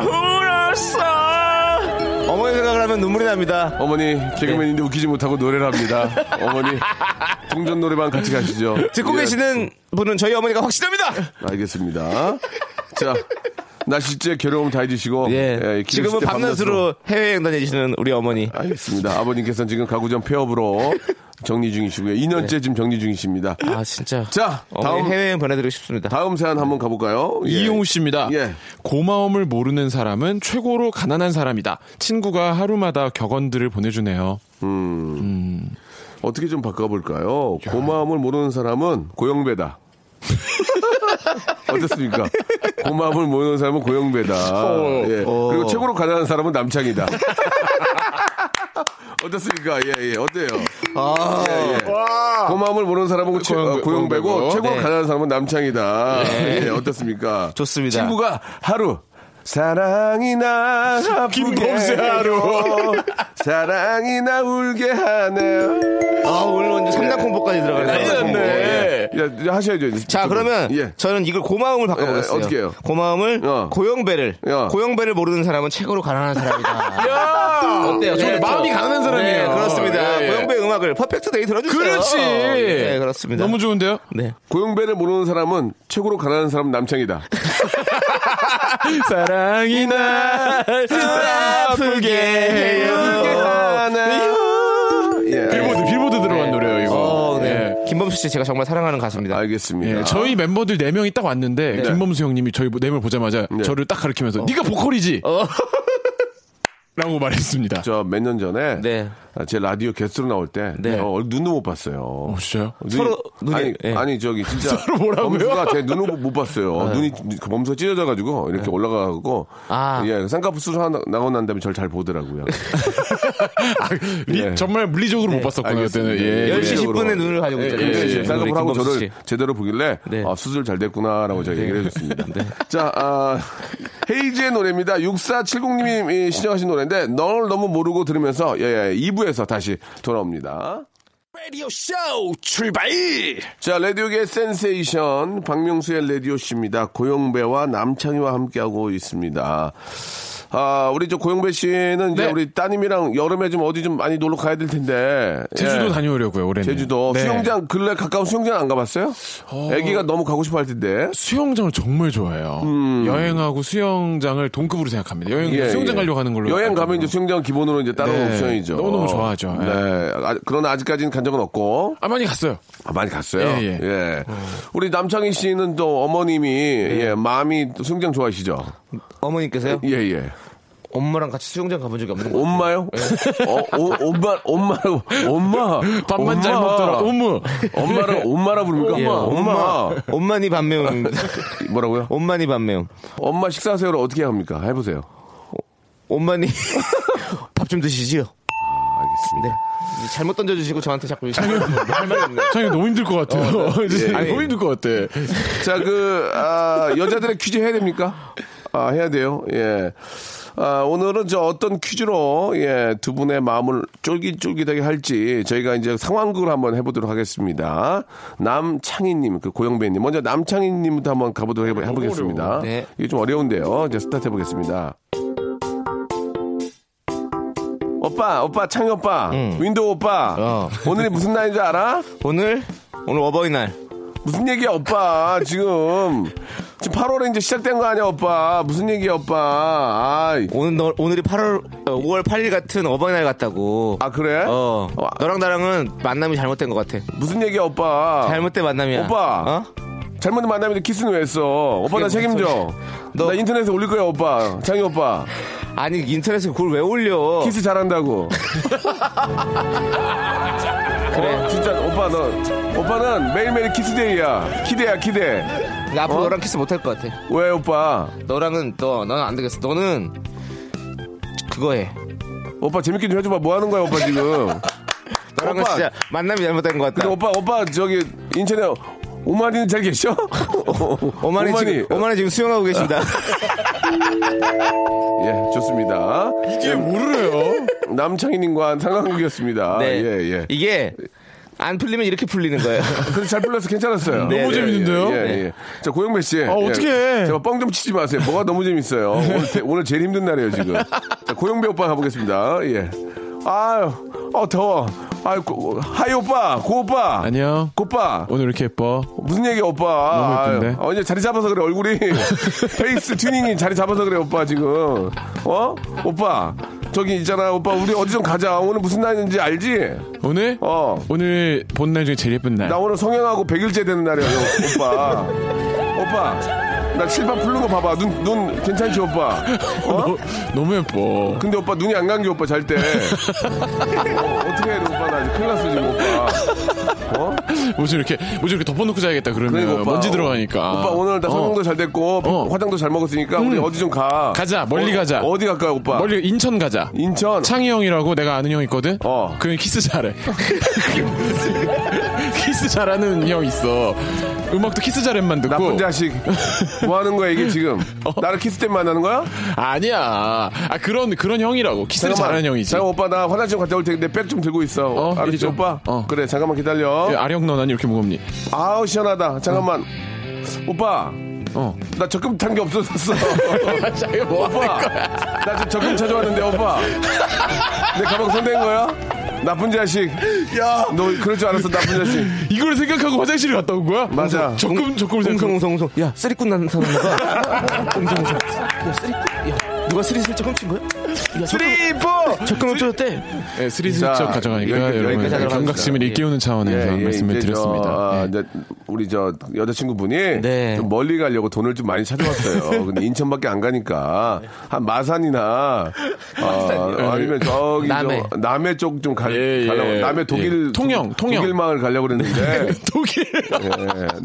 [SPEAKER 2] 못해 울었어
[SPEAKER 3] 어머니 생각을 하면 눈물이 납니다.
[SPEAKER 1] 어머니
[SPEAKER 3] 네.
[SPEAKER 1] 개그맨인데 웃기지 못하고 노래를 합니다. 어머니 동전 노래방 같이 가시죠.
[SPEAKER 3] 듣고
[SPEAKER 1] 예,
[SPEAKER 3] 계시는 분은 저희 어머니가 확실합니다.
[SPEAKER 1] 알겠습니다. 자, 나 실제 괴로움 다 잊으시고
[SPEAKER 3] 예.
[SPEAKER 1] 예, 기름
[SPEAKER 3] 지금은
[SPEAKER 1] 쓸때
[SPEAKER 3] 밤낮으로 해외여행 다니시는 우리 어머니.
[SPEAKER 1] 알겠습니다. 아버님께서는 지금 가구점 폐업으로 정리 중이시고요. 2년째 지금 정리 중이십니다.
[SPEAKER 3] 네. 아 진짜.
[SPEAKER 1] 자,
[SPEAKER 3] 어머니
[SPEAKER 1] 다음
[SPEAKER 3] 해외여행 보내드리고 싶습니다.
[SPEAKER 1] 다음 사연 한번 가볼까요? 예.
[SPEAKER 4] 이용우 씨입니다.
[SPEAKER 1] 예.
[SPEAKER 4] 고마움을 모르는 사람은 최고로 가난한 사람이다. 친구가 하루마다 격언들을 보내주네요.
[SPEAKER 1] 어떻게 좀 바꿔볼까요? 고마움을 모르는 사람은 고영배다. 어떻습니까? 고마움을 모르는 사람은
[SPEAKER 4] 어.
[SPEAKER 1] 고영배다. 예. 그리고 최고로 가난한 사람은 남창이다. 어떻습니까? 예, 예. 어때요? 예, 예. 고마움을 모르는 사람은 최- 어,
[SPEAKER 4] 아. 고영배-
[SPEAKER 1] 고영배고,
[SPEAKER 4] 고영배고. 네.
[SPEAKER 1] 최고로
[SPEAKER 3] 네.
[SPEAKER 1] 가난한 사람은 남창이다. 예, 어떻습니까?
[SPEAKER 3] 좋습니다.
[SPEAKER 1] 친구가 하루. 사랑이 나
[SPEAKER 4] 김범수
[SPEAKER 1] 아프게
[SPEAKER 4] 하루.
[SPEAKER 1] 해요. 사랑이 나 울게 하네요.
[SPEAKER 3] 아 오늘 완전 상담 콤보까지 들어가네.
[SPEAKER 1] 네.
[SPEAKER 3] 콤보. 예.
[SPEAKER 1] 예. 야, 이제 하셔야죠. 이제.
[SPEAKER 3] 자 그러면
[SPEAKER 1] 예.
[SPEAKER 3] 저는 이걸 고마움을 바꿔보겠어요.
[SPEAKER 1] 예, 어떻게 해요?
[SPEAKER 3] 고마움을
[SPEAKER 1] 어.
[SPEAKER 3] 고영배를
[SPEAKER 1] 야.
[SPEAKER 3] 고영배를 모르는 사람은 최고로 가난한 사람이다. 어때요?
[SPEAKER 4] 저는
[SPEAKER 3] 예,
[SPEAKER 4] 마음이
[SPEAKER 3] 저-
[SPEAKER 4] 가난한 사람이에요.
[SPEAKER 3] 네, 그렇습니다.
[SPEAKER 4] 예, 예.
[SPEAKER 3] 고영배 음악을 퍼펙트 데이 들어주세요.
[SPEAKER 4] 그렇지.
[SPEAKER 3] 네 그렇습니다.
[SPEAKER 4] 너무 좋은데요?
[SPEAKER 3] 네.
[SPEAKER 1] 고용배를 모르는 사람은 최고로 가난한 사람은 남창이다.
[SPEAKER 4] 사랑이 나 아프게 해요.
[SPEAKER 1] 예.
[SPEAKER 4] 빌보드 빌보드 들어간 노래예요 이거.
[SPEAKER 3] 네. 씨 제가 정말 사랑하는 가수입니다.
[SPEAKER 1] 알겠습니다. 네.
[SPEAKER 4] 예, 저희 멤버들 4명이 딱 왔는데 김범수 형님이 저희 4명 보자마자 저를 딱
[SPEAKER 1] 어.
[SPEAKER 4] 가리키면서 네가 보컬이지 라고 말했습니다
[SPEAKER 1] 저 몇 년 전에
[SPEAKER 3] 네.
[SPEAKER 1] 아, 제 라디오 게스트로 나올 때
[SPEAKER 3] 네.
[SPEAKER 1] 어, 눈도 못 봤어요.
[SPEAKER 4] 진짜요?
[SPEAKER 3] 서로 눈이-
[SPEAKER 1] 아니,
[SPEAKER 3] 예.
[SPEAKER 1] 아니 저기 진짜
[SPEAKER 4] 서로 뭐라고요?
[SPEAKER 1] 범수가 제 눈을 못 봤어요. 눈이 그 범수가 찢어져가지고 이렇게 올라가고
[SPEAKER 3] 네. 아.
[SPEAKER 1] 예 쌍꺼풀 수술 하나 나고 난 다음에 저를 잘 보더라고요.
[SPEAKER 4] 아, 리-
[SPEAKER 1] 예.
[SPEAKER 4] 정말 물리적으로 못 봤었구나
[SPEAKER 1] 알겠습니다.
[SPEAKER 4] 그때는 예,
[SPEAKER 1] 열
[SPEAKER 3] 10시
[SPEAKER 4] 예.
[SPEAKER 3] 10분에 눈을 가지고
[SPEAKER 1] 예,
[SPEAKER 3] 있죠.
[SPEAKER 1] 예,
[SPEAKER 3] 예,
[SPEAKER 1] 예.
[SPEAKER 3] 예.
[SPEAKER 1] 쌍꺼풀 하고
[SPEAKER 3] 김범수
[SPEAKER 1] 저를
[SPEAKER 3] 씨.
[SPEAKER 1] 제대로 보길래
[SPEAKER 3] 네.
[SPEAKER 1] 아, 수술 잘 됐구나라고 제가 얘기를 해줬습니다. 자, 아, 헤이즈의 노래입니다. 6470님이 신청하신 노래인데 널 너무 모르고 들으면서 예, 예, 2부에서 다시 돌아옵니다.
[SPEAKER 2] 라디오 쇼 출발!
[SPEAKER 1] 자, 라디오계 센세이션 박명수의 라디오 씨입니다. 고영배와 남창희와 함께하고 있습니다. 아, 우리 저 고영배 씨는 이제
[SPEAKER 4] 네.
[SPEAKER 1] 우리 따님이랑 여름에 좀 어디 좀 많이 놀러 가야 될 텐데
[SPEAKER 4] 제주도
[SPEAKER 1] 예.
[SPEAKER 4] 다녀오려고요 올해는
[SPEAKER 1] 제주도
[SPEAKER 4] 네.
[SPEAKER 1] 수영장 근래 가까운 수영장 안 가봤어요? 아기가 너무 가고 싶어 할 텐데.
[SPEAKER 4] 수영장을 정말 좋아해요 여행하고 수영장을 동급으로 생각합니다 여행
[SPEAKER 1] 음. 예,
[SPEAKER 4] 수영장
[SPEAKER 1] 예.
[SPEAKER 4] 가려고 하는 걸로
[SPEAKER 1] 여행 가면
[SPEAKER 4] 생각하고.
[SPEAKER 1] 이제 수영장 기본으로 이제 따로
[SPEAKER 4] 네.
[SPEAKER 1] 옵션이죠.
[SPEAKER 4] 너무너무 좋아하죠. 예.
[SPEAKER 1] 네. 아, 그러나 아직까지는 간 적은 없고
[SPEAKER 4] 아 많이 갔어요
[SPEAKER 1] 아, 많이 갔어요.
[SPEAKER 4] 예, 예.
[SPEAKER 1] 예. 우리 남창희 씨는 또 어머님이
[SPEAKER 4] 네.
[SPEAKER 1] 예, 마음이 또 수영장 좋아하시죠.
[SPEAKER 3] 어머님께서요?
[SPEAKER 1] 예, 예.
[SPEAKER 3] 엄마랑 같이 수영장 가본 적이 없는 거
[SPEAKER 1] 엄마요? 어, 오, 엄마, 엄마라고, 엄마.
[SPEAKER 4] 예. 밥만 잘 먹더라 어머
[SPEAKER 1] 엄마라, 엄마라 부릅니까?
[SPEAKER 3] 예,
[SPEAKER 1] 엄마. 엄마.
[SPEAKER 3] 엄마니 반매움.
[SPEAKER 1] 뭐라고요?
[SPEAKER 3] 엄마니 반매움.
[SPEAKER 1] 엄마 식사하세요를 어떻게 합니까? 해보세요.
[SPEAKER 3] 엄마니 밥 좀 드시지요.
[SPEAKER 1] 아, 알겠습니다.
[SPEAKER 3] 네. 잘못 던져주시고 저한테 자꾸 할말 없네.
[SPEAKER 4] 자기 너무 힘들 것
[SPEAKER 1] 어,
[SPEAKER 4] 같아요
[SPEAKER 1] 네. 예.
[SPEAKER 4] 이제
[SPEAKER 3] 아니.
[SPEAKER 4] 너무 힘들 것 같아
[SPEAKER 3] 네.
[SPEAKER 1] 자, 그, 아, 여자들의 퀴즈 해야 됩니까? 아, 해야 돼요. 예. 아, 오늘은 저 어떤 퀴즈로, 예, 두 분의 마음을 쫄깃쫄깃하게 할지 저희가 이제 상황극을 한번 해보도록 하겠습니다. 남창희님, 그 고영배님. 먼저 남창희님부터 한번 가보도록 해보, 겠습니다
[SPEAKER 3] 네.
[SPEAKER 1] 이게 좀 어려운데요. 이제 스타트 해보겠습니다. 오빠, 오빠, 창희 오빠, 윈도우 오빠,
[SPEAKER 3] 음. 어.
[SPEAKER 1] 오늘이 무슨 날인 줄 알아?
[SPEAKER 3] 오늘 오늘 어버이날.
[SPEAKER 1] 무슨 얘기야 오빠 지금 지금 8월에 이제 시작된 거 아니야 오빠 무슨 얘기야 오빠 아이.
[SPEAKER 3] 오늘 너, 오늘이 8월 5월 8일 같은 어버이날 같다고.
[SPEAKER 1] 아 그래
[SPEAKER 3] 어.
[SPEAKER 1] 어,
[SPEAKER 3] 너랑 나랑은 만남이 잘못된 것 같아.
[SPEAKER 1] 무슨 얘기야 오빠
[SPEAKER 3] 잘못된 만남이야.
[SPEAKER 1] 오빠.
[SPEAKER 3] 어?
[SPEAKER 1] 잘못 만나면 키스는 왜 했어 오빠
[SPEAKER 3] 그게
[SPEAKER 1] 나
[SPEAKER 3] 무슨
[SPEAKER 1] 책임져
[SPEAKER 3] 소리야. 너-
[SPEAKER 1] 나 인터넷에 올릴 거야 오빠 장희 오빠
[SPEAKER 3] 아니 인터넷에 그걸 왜 올려?
[SPEAKER 1] 키스 잘한다고
[SPEAKER 3] 그래.
[SPEAKER 1] 진짜 오빠 너 오빠는 매일매일 키스데이야 기대야 기대
[SPEAKER 3] 나 앞으로
[SPEAKER 1] 어?
[SPEAKER 3] 너랑 키스 못할 것 같아.
[SPEAKER 1] 왜 오빠
[SPEAKER 3] 너랑은 너 너는 안 되겠어. 너는 그거 해.
[SPEAKER 1] 오빠 재밌게 좀 해줘봐 뭐 하는 거야 오빠 지금
[SPEAKER 3] 너랑은
[SPEAKER 1] 오빠.
[SPEAKER 3] 진짜 만남이 잘못된 것
[SPEAKER 1] 근데
[SPEAKER 3] 같다.
[SPEAKER 1] 오빠 오빠 저기 인천에 오마니는 잘 계셔?
[SPEAKER 3] 오만이 지금 오만이 지금 수영하고 계신다.
[SPEAKER 1] 예, 좋습니다.
[SPEAKER 4] 이게 모르래요
[SPEAKER 1] 남창희님과 상황극이었습니다.
[SPEAKER 3] 네.
[SPEAKER 1] 예, 예.
[SPEAKER 3] 이게 안 풀리면 이렇게 풀리는 거예요.
[SPEAKER 1] 그래서 잘 풀려서 괜찮았어요.
[SPEAKER 3] 네,
[SPEAKER 4] 너무
[SPEAKER 1] 예,
[SPEAKER 4] 재밌는데요?
[SPEAKER 1] 예, 예, 예. 자, 고영배 씨. 아,
[SPEAKER 4] 어떡해.
[SPEAKER 1] 제발 뻥좀 치지 마세요. 뭐가 너무 재밌어요. 오늘, 제- 오늘 제일 힘든 날이에요, 지금. 자, 고영배 오빠 가보겠습니다. 예. 아유, 어, 더워. 아유, 고, 하이 오빠, 고 오빠.
[SPEAKER 4] 안녕
[SPEAKER 1] 고빠.
[SPEAKER 4] 오늘 이렇게 예뻐
[SPEAKER 1] 무슨 얘기 오빠?
[SPEAKER 4] 너무 예쁜데?
[SPEAKER 1] 아유, 어, 이제 자리 잡아서 그래 얼굴이 페이스 튜닝이 자리 잡아서 그래 오빠 지금 어 오빠 저기 있잖아 오빠 우리 어디 좀 가자 오늘 무슨 날인지 알지?
[SPEAKER 4] 오늘
[SPEAKER 1] 어 나
[SPEAKER 4] 오늘 본 날 중에 제일 예쁜 날
[SPEAKER 1] 오늘 성형하고 100일째 되는 날이야 요, 오빠 오빠 나 칠판 풀는 거 봐봐 눈, 눈 괜찮지 오빠 어?
[SPEAKER 4] 너무 예뻐
[SPEAKER 1] 근데 오빠 눈이 안 감겨 오빠 잘때 어, 떻게 해야 돼 오빠 나 큰일 났어 지금 오빠 어?
[SPEAKER 4] 뭐지 이렇게 뭐지 이렇게 덮어놓고 자야겠다 그러네요
[SPEAKER 1] 그리고 오빠,
[SPEAKER 4] 먼지
[SPEAKER 1] 어,
[SPEAKER 4] 들어가니까
[SPEAKER 1] 오빠 오늘 나
[SPEAKER 4] 어.
[SPEAKER 1] 성공도 잘 됐고 뭐
[SPEAKER 4] 어. 음.
[SPEAKER 1] 화장도 잘 먹었으니까 우리 어디 좀 가.
[SPEAKER 4] 가자, 멀리
[SPEAKER 1] 어,
[SPEAKER 4] 가자.
[SPEAKER 1] 어디 갈까 오빠?
[SPEAKER 4] 멀리 인천 가자
[SPEAKER 1] 인천.
[SPEAKER 4] 창희 형이라고 내가 아는 형 있거든.
[SPEAKER 1] 어.
[SPEAKER 4] 그 형이 키스 잘해. 키스 잘하는 형 있어. 음악도 키스 잘해만 듣고. 어.
[SPEAKER 1] 나쁜 자식. 뭐 하는 거야 이게 지금? 나를 키스 때 만나는 거야?
[SPEAKER 4] 아니야. 아 그런 그런 형이라고 키스 잘하는 형이지.
[SPEAKER 1] 잠깐 오빠 나 화장실 좀 갔다 올 텐데 백 좀 들고 있어.
[SPEAKER 4] 어,
[SPEAKER 1] 알았지
[SPEAKER 4] 이리 좀.
[SPEAKER 1] 오빠?
[SPEAKER 4] 어.
[SPEAKER 1] 그래 잠깐만 기다려.
[SPEAKER 4] 야, 예, 아령 너난 이렇게 무겁니?
[SPEAKER 1] 아우 시원하다. 잠깐만. 오빠
[SPEAKER 4] 어.
[SPEAKER 1] 나 적금 탄 게 없어졌어.
[SPEAKER 4] 자기 뭐 하는
[SPEAKER 1] 오빠
[SPEAKER 4] 거야?
[SPEAKER 1] 나 지금 적금 찾아왔는데 오빠 내 가방 손댄 거야? 나쁜 자식.
[SPEAKER 4] 야.
[SPEAKER 1] 너 그럴 줄 알았어 나쁜 자식.
[SPEAKER 4] 이걸 생각하고 화장실을 갔다 온 거야?
[SPEAKER 1] 맞아.
[SPEAKER 4] 적금 적금
[SPEAKER 3] 웅성웅성웅성. 야 쓰리꾼 나는 사람인가? 웅성웅성. 야 쓰리꾼. 야 누가 스리슬쩍 훔친 거야? 야,
[SPEAKER 1] 쓰리, 포!
[SPEAKER 3] 적금 훔쳐줬대.
[SPEAKER 4] 네, 스리슬쩍
[SPEAKER 1] 자,
[SPEAKER 4] 가져가니까
[SPEAKER 1] 여기까지
[SPEAKER 4] 여러분
[SPEAKER 1] 하도록 예.
[SPEAKER 4] 경각심을
[SPEAKER 3] 하겠습니다.
[SPEAKER 4] 일깨우는 차원에서 예, 말씀을
[SPEAKER 1] 이제
[SPEAKER 4] 드렸습니다.
[SPEAKER 1] 저, 아,
[SPEAKER 4] 예.
[SPEAKER 1] 이제 우리 저 여자친구분이
[SPEAKER 3] 네.
[SPEAKER 1] 좀 멀리 가려고 돈을 좀 많이 찾아왔어요. 근데 인천밖에 안 가니까 한 마산이나 어, 아니면 저기
[SPEAKER 3] 남해.
[SPEAKER 1] 저 남해 쪽 좀 가려고
[SPEAKER 4] 예, 예.
[SPEAKER 1] 남해 독일
[SPEAKER 4] 예. 통영, 통영. 네.
[SPEAKER 1] 독일 마을 가려고 그랬는데
[SPEAKER 4] 독일.
[SPEAKER 1] 예,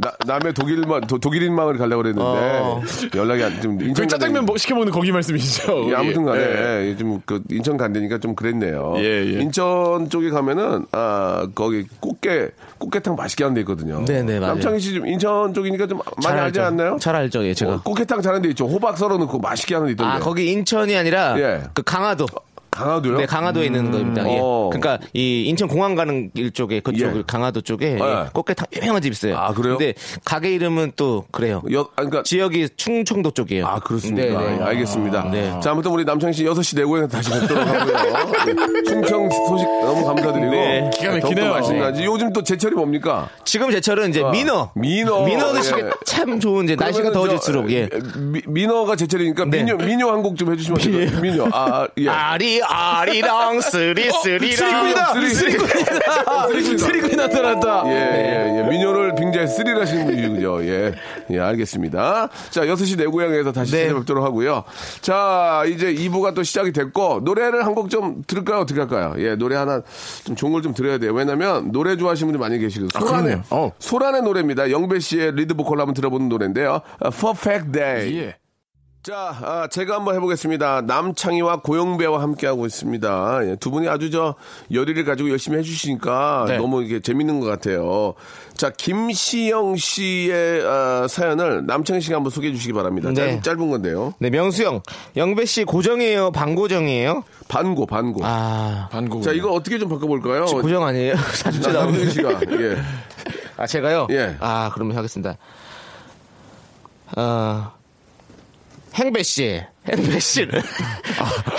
[SPEAKER 1] 나- 남해 독일 마 도- 독일인 마을 가려고 그랬는데
[SPEAKER 3] 어.
[SPEAKER 1] 연락이 안, 좀 인천
[SPEAKER 4] 그 짜장면
[SPEAKER 1] 가는-
[SPEAKER 4] 뭐 시켜 먹는 거기 말씀이시죠?
[SPEAKER 1] 예, 아무튼 간에
[SPEAKER 4] 예.
[SPEAKER 1] 예, 좀그 인천 간다니까 좀 그랬네요.
[SPEAKER 4] 예, 예.
[SPEAKER 1] 인천 쪽에 가면은 아 거기 꽃게 꽃게탕 맛있게 하는 데 있거든요.
[SPEAKER 3] 네, 네, 맞아요.
[SPEAKER 1] 남창희 씨좀 인천 쪽이니까 좀 많이 알지
[SPEAKER 3] 알죠.
[SPEAKER 1] 않나요?
[SPEAKER 3] 잘 알죠, 예, 제가.
[SPEAKER 1] 어, 꽃게탕 잘하는 데 있죠. 호박 썰어 넣고 맛있게 하는 데 있던데.
[SPEAKER 3] 아, 거기 인천이 아니라
[SPEAKER 1] 예.
[SPEAKER 3] 그 강화도.
[SPEAKER 1] 강화도요?
[SPEAKER 3] 네, 강화도에 있는 겁니다. 예.
[SPEAKER 1] 어.
[SPEAKER 3] 그러니까 이 인천 공항 가는 길 쪽에 그쪽
[SPEAKER 1] 예.
[SPEAKER 3] 강화도 쪽에
[SPEAKER 1] 예.
[SPEAKER 3] 예. 꽃게탕 유명한 집 있어요.
[SPEAKER 1] 아, 그래요?
[SPEAKER 3] 근데 가게 이름은 또 그래요.
[SPEAKER 1] 여, 아, 그러니까
[SPEAKER 3] 지역이 충청도 쪽이에요.
[SPEAKER 1] 아, 그렇습니까?
[SPEAKER 3] 네, 네.
[SPEAKER 1] 아, 알겠습니다.
[SPEAKER 3] 네.
[SPEAKER 1] 자, 아무튼 우리 남창희 씨 6시 내고에 다시 뵙도록 하고요. 충청 소식 너무 감사드리고.
[SPEAKER 3] 네.
[SPEAKER 4] 기가
[SPEAKER 1] 더욱더
[SPEAKER 4] 막히네요.
[SPEAKER 1] 말씀 나지. 요즘 또 제철이 뭡니까?
[SPEAKER 3] 지금 제철은 이제 민어.
[SPEAKER 1] 아, 민어.
[SPEAKER 3] 드시기
[SPEAKER 1] 예.
[SPEAKER 3] 참 좋은 이제 날씨가
[SPEAKER 1] 그러면은
[SPEAKER 3] 더워질수록
[SPEAKER 1] 저,
[SPEAKER 3] 예.
[SPEAKER 1] 미, 민어가 제철이니까
[SPEAKER 3] 네.
[SPEAKER 1] 민요 민요 한 곡 좀 해주시면 안 돼요? 민요 아 아, 예. 어,
[SPEAKER 3] 아리 아리랑 쓰리 쓰리랑
[SPEAKER 1] 쓰리, 쓰리. 어, 쓰리
[SPEAKER 3] 쓰리꾼이 나타났다.
[SPEAKER 1] 예예예 민요를 굉장히 쓰리라시는 분이군요 예예 알겠습니다 자 6시 내 고향에서 다시
[SPEAKER 3] 네.
[SPEAKER 1] 찾아뵙도록 하고요 자 이제 2부가 또 시작이 됐고 노래를 한 곡 좀 들을까요 어떻게 할까요 예 노래 하나 좀 좋은 걸 좀 들어야 돼요 왜냐면 노래 좋아하시는 분들 많이 계시거든요 소란의
[SPEAKER 4] 그러네요. 어.
[SPEAKER 1] 소란의 노래입니다 영배 씨의 리드 보컬로 한번 들어보는 노래인데요 아, Perfect Day
[SPEAKER 4] 예.
[SPEAKER 1] 자, 아, 제가 한번 해보겠습니다. 남창희와 고영배와 함께하고 있습니다. 예, 두 분이 아주 저 열의를 가지고 열심히 해주시니까
[SPEAKER 4] 네.
[SPEAKER 1] 너무 이게 재밌는 것 같아요. 자, 김시영 씨의 아, 사연을 남창희 씨가 한번 소개해 주시기 바랍니다.
[SPEAKER 3] 네.
[SPEAKER 1] 짧, 짧은 건데요.
[SPEAKER 3] 네, 명수 형. 영배 씨 고정이에요, 반고정이에요?
[SPEAKER 1] 반고, 반고.
[SPEAKER 3] 아.
[SPEAKER 4] 반고.
[SPEAKER 1] 자, 이거 어떻게 좀 바꿔볼까요?
[SPEAKER 3] 고정 아니에요?
[SPEAKER 1] 자,
[SPEAKER 3] 사주째
[SPEAKER 1] 남창희
[SPEAKER 3] 나오는
[SPEAKER 1] 씨가. 예.
[SPEAKER 3] 아 제가요?
[SPEAKER 1] 예.
[SPEAKER 3] 아 그러면 하겠습니다. 어 행배 씨, 행배 씨는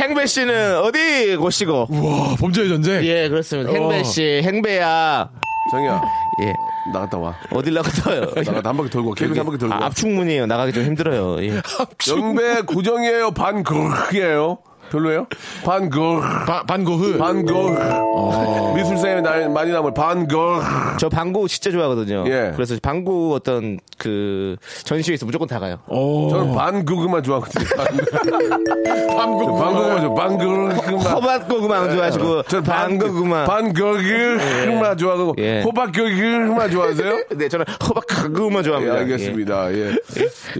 [SPEAKER 3] 행배 씨는 어디 곳이고?
[SPEAKER 4] 와 범죄의 전쟁.
[SPEAKER 3] 예 그렇습니다. 행배 씨, 행배야.
[SPEAKER 1] 정희야,
[SPEAKER 3] 예
[SPEAKER 1] 나갔다 와.
[SPEAKER 3] 어딜 나가요?
[SPEAKER 1] 나갔다 한 바퀴 돌고, 와. 케빈 한 바퀴 돌고.
[SPEAKER 3] 아,
[SPEAKER 1] 와.
[SPEAKER 3] 압축문이에요. 나가기 좀 힘들어요. 예.
[SPEAKER 1] 영배 고정이에요? 반고이에요? 별로예요? 반고.
[SPEAKER 4] 바- 반고흐. 어.
[SPEAKER 1] 반고 미술생의 날 많이 남을 반고
[SPEAKER 3] 저 방구 진짜 좋아하거든요.
[SPEAKER 1] 예.
[SPEAKER 3] 그래서 방구 어떤 그 전시회에서 무조건 다 가요.
[SPEAKER 4] 오.
[SPEAKER 1] 저는 반고그만 좋아하거든요
[SPEAKER 4] 반고.
[SPEAKER 1] 반고그만 좋아 반고그만 예.
[SPEAKER 3] 허밭고구마
[SPEAKER 4] 그
[SPEAKER 3] 좋아하시고
[SPEAKER 1] 저는 그
[SPEAKER 3] 방구구마.
[SPEAKER 4] 예.
[SPEAKER 1] 반고그만 좋아하고
[SPEAKER 3] 예.
[SPEAKER 1] 호박고그만 좋아하세요?
[SPEAKER 3] 네 저는 허밭고구마
[SPEAKER 1] 예,
[SPEAKER 3] 좋아합니다.
[SPEAKER 1] 알겠습니다. 예.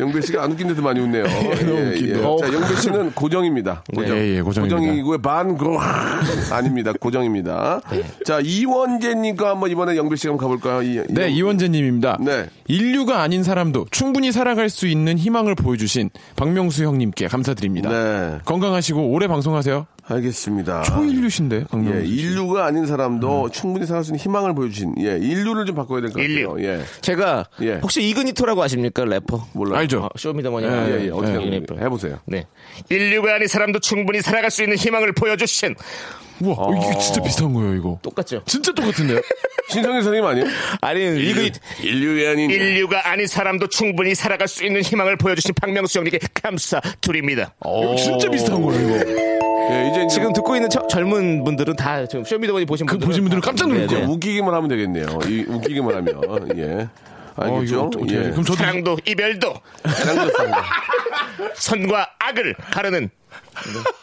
[SPEAKER 1] 영배 씨가 안 웃긴 데도 많이 웃네요.
[SPEAKER 4] 너무
[SPEAKER 1] 예,
[SPEAKER 4] 웃긴다.
[SPEAKER 1] 예. 자, 영배 씨는 고정입니다. 고정.
[SPEAKER 4] 예, 예, 고정입니다.
[SPEAKER 1] 고정이고요. 반고 아닙니다. 고정입니다.
[SPEAKER 4] 예.
[SPEAKER 1] 자, 이원재님과 한번 이번에 영배 씨가 한번 가볼까요? 이, 이-
[SPEAKER 4] 네, 이원재님입니다.
[SPEAKER 1] 네.
[SPEAKER 4] 인류가 아닌 사람도 충분히 살아갈 수 있는 희망을 보여주신 박명수 형님께 감사드립니다.
[SPEAKER 1] 네.
[SPEAKER 4] 건강하시고 오래 방송하세요.
[SPEAKER 1] 알겠습니다.
[SPEAKER 4] 초인류신데, 박명수.
[SPEAKER 1] 예, 인류가 아닌
[SPEAKER 4] 음.
[SPEAKER 1] 사람도 충분히 살수 있는 희망을 보여주신 예, 인류를 좀 바꿔야 될 것 같아요.
[SPEAKER 3] 인류.
[SPEAKER 1] 예.
[SPEAKER 3] 제가
[SPEAKER 1] 예.
[SPEAKER 3] 혹시 이그니토라고 아십니까 래퍼?
[SPEAKER 1] 몰라요.
[SPEAKER 4] 알죠?
[SPEAKER 3] 어, 쇼미더머니.
[SPEAKER 1] 예,
[SPEAKER 4] 예,
[SPEAKER 1] 예, 어떻게
[SPEAKER 3] 예.
[SPEAKER 1] 하는 거예요? 해보세요.
[SPEAKER 3] 네. 인류가 아닌 사람도 충분히 살아갈 수 있는 희망을 보여주신
[SPEAKER 4] 우와, 어,
[SPEAKER 1] 아.
[SPEAKER 4] 이거 진짜 비슷한 거예요, 이거.
[SPEAKER 3] 똑같죠.
[SPEAKER 4] 진짜 똑같은데요?
[SPEAKER 1] 신성일 선생님 아니에요?
[SPEAKER 3] 아니 이그
[SPEAKER 1] 인류가
[SPEAKER 3] 음.
[SPEAKER 1] 아닌
[SPEAKER 3] 인류가 아닌 사람도 충분히 살아갈 수 있는 희망을 보여주신 박명수 형님께 감사드립니다.
[SPEAKER 1] 어.
[SPEAKER 4] 이거 진짜 비슷한 거예요, 이거.
[SPEAKER 1] 예, 이제 지금
[SPEAKER 3] 어. 지금 듣고 있는 처- 젊은 분들은 다 지금 쇼미더머니 보신 네, 분들
[SPEAKER 4] 그 보신 분들은 깜짝 놀랄 거예요.
[SPEAKER 1] 웃기기만 하면 되겠네요. 이, 웃기기만 하면 예.
[SPEAKER 4] 어, 이거
[SPEAKER 1] 알겠죠?
[SPEAKER 4] 어떡- 어떡해.
[SPEAKER 1] 예.
[SPEAKER 4] 그럼 저도
[SPEAKER 5] 사랑도 이별도 선과 악을 가르는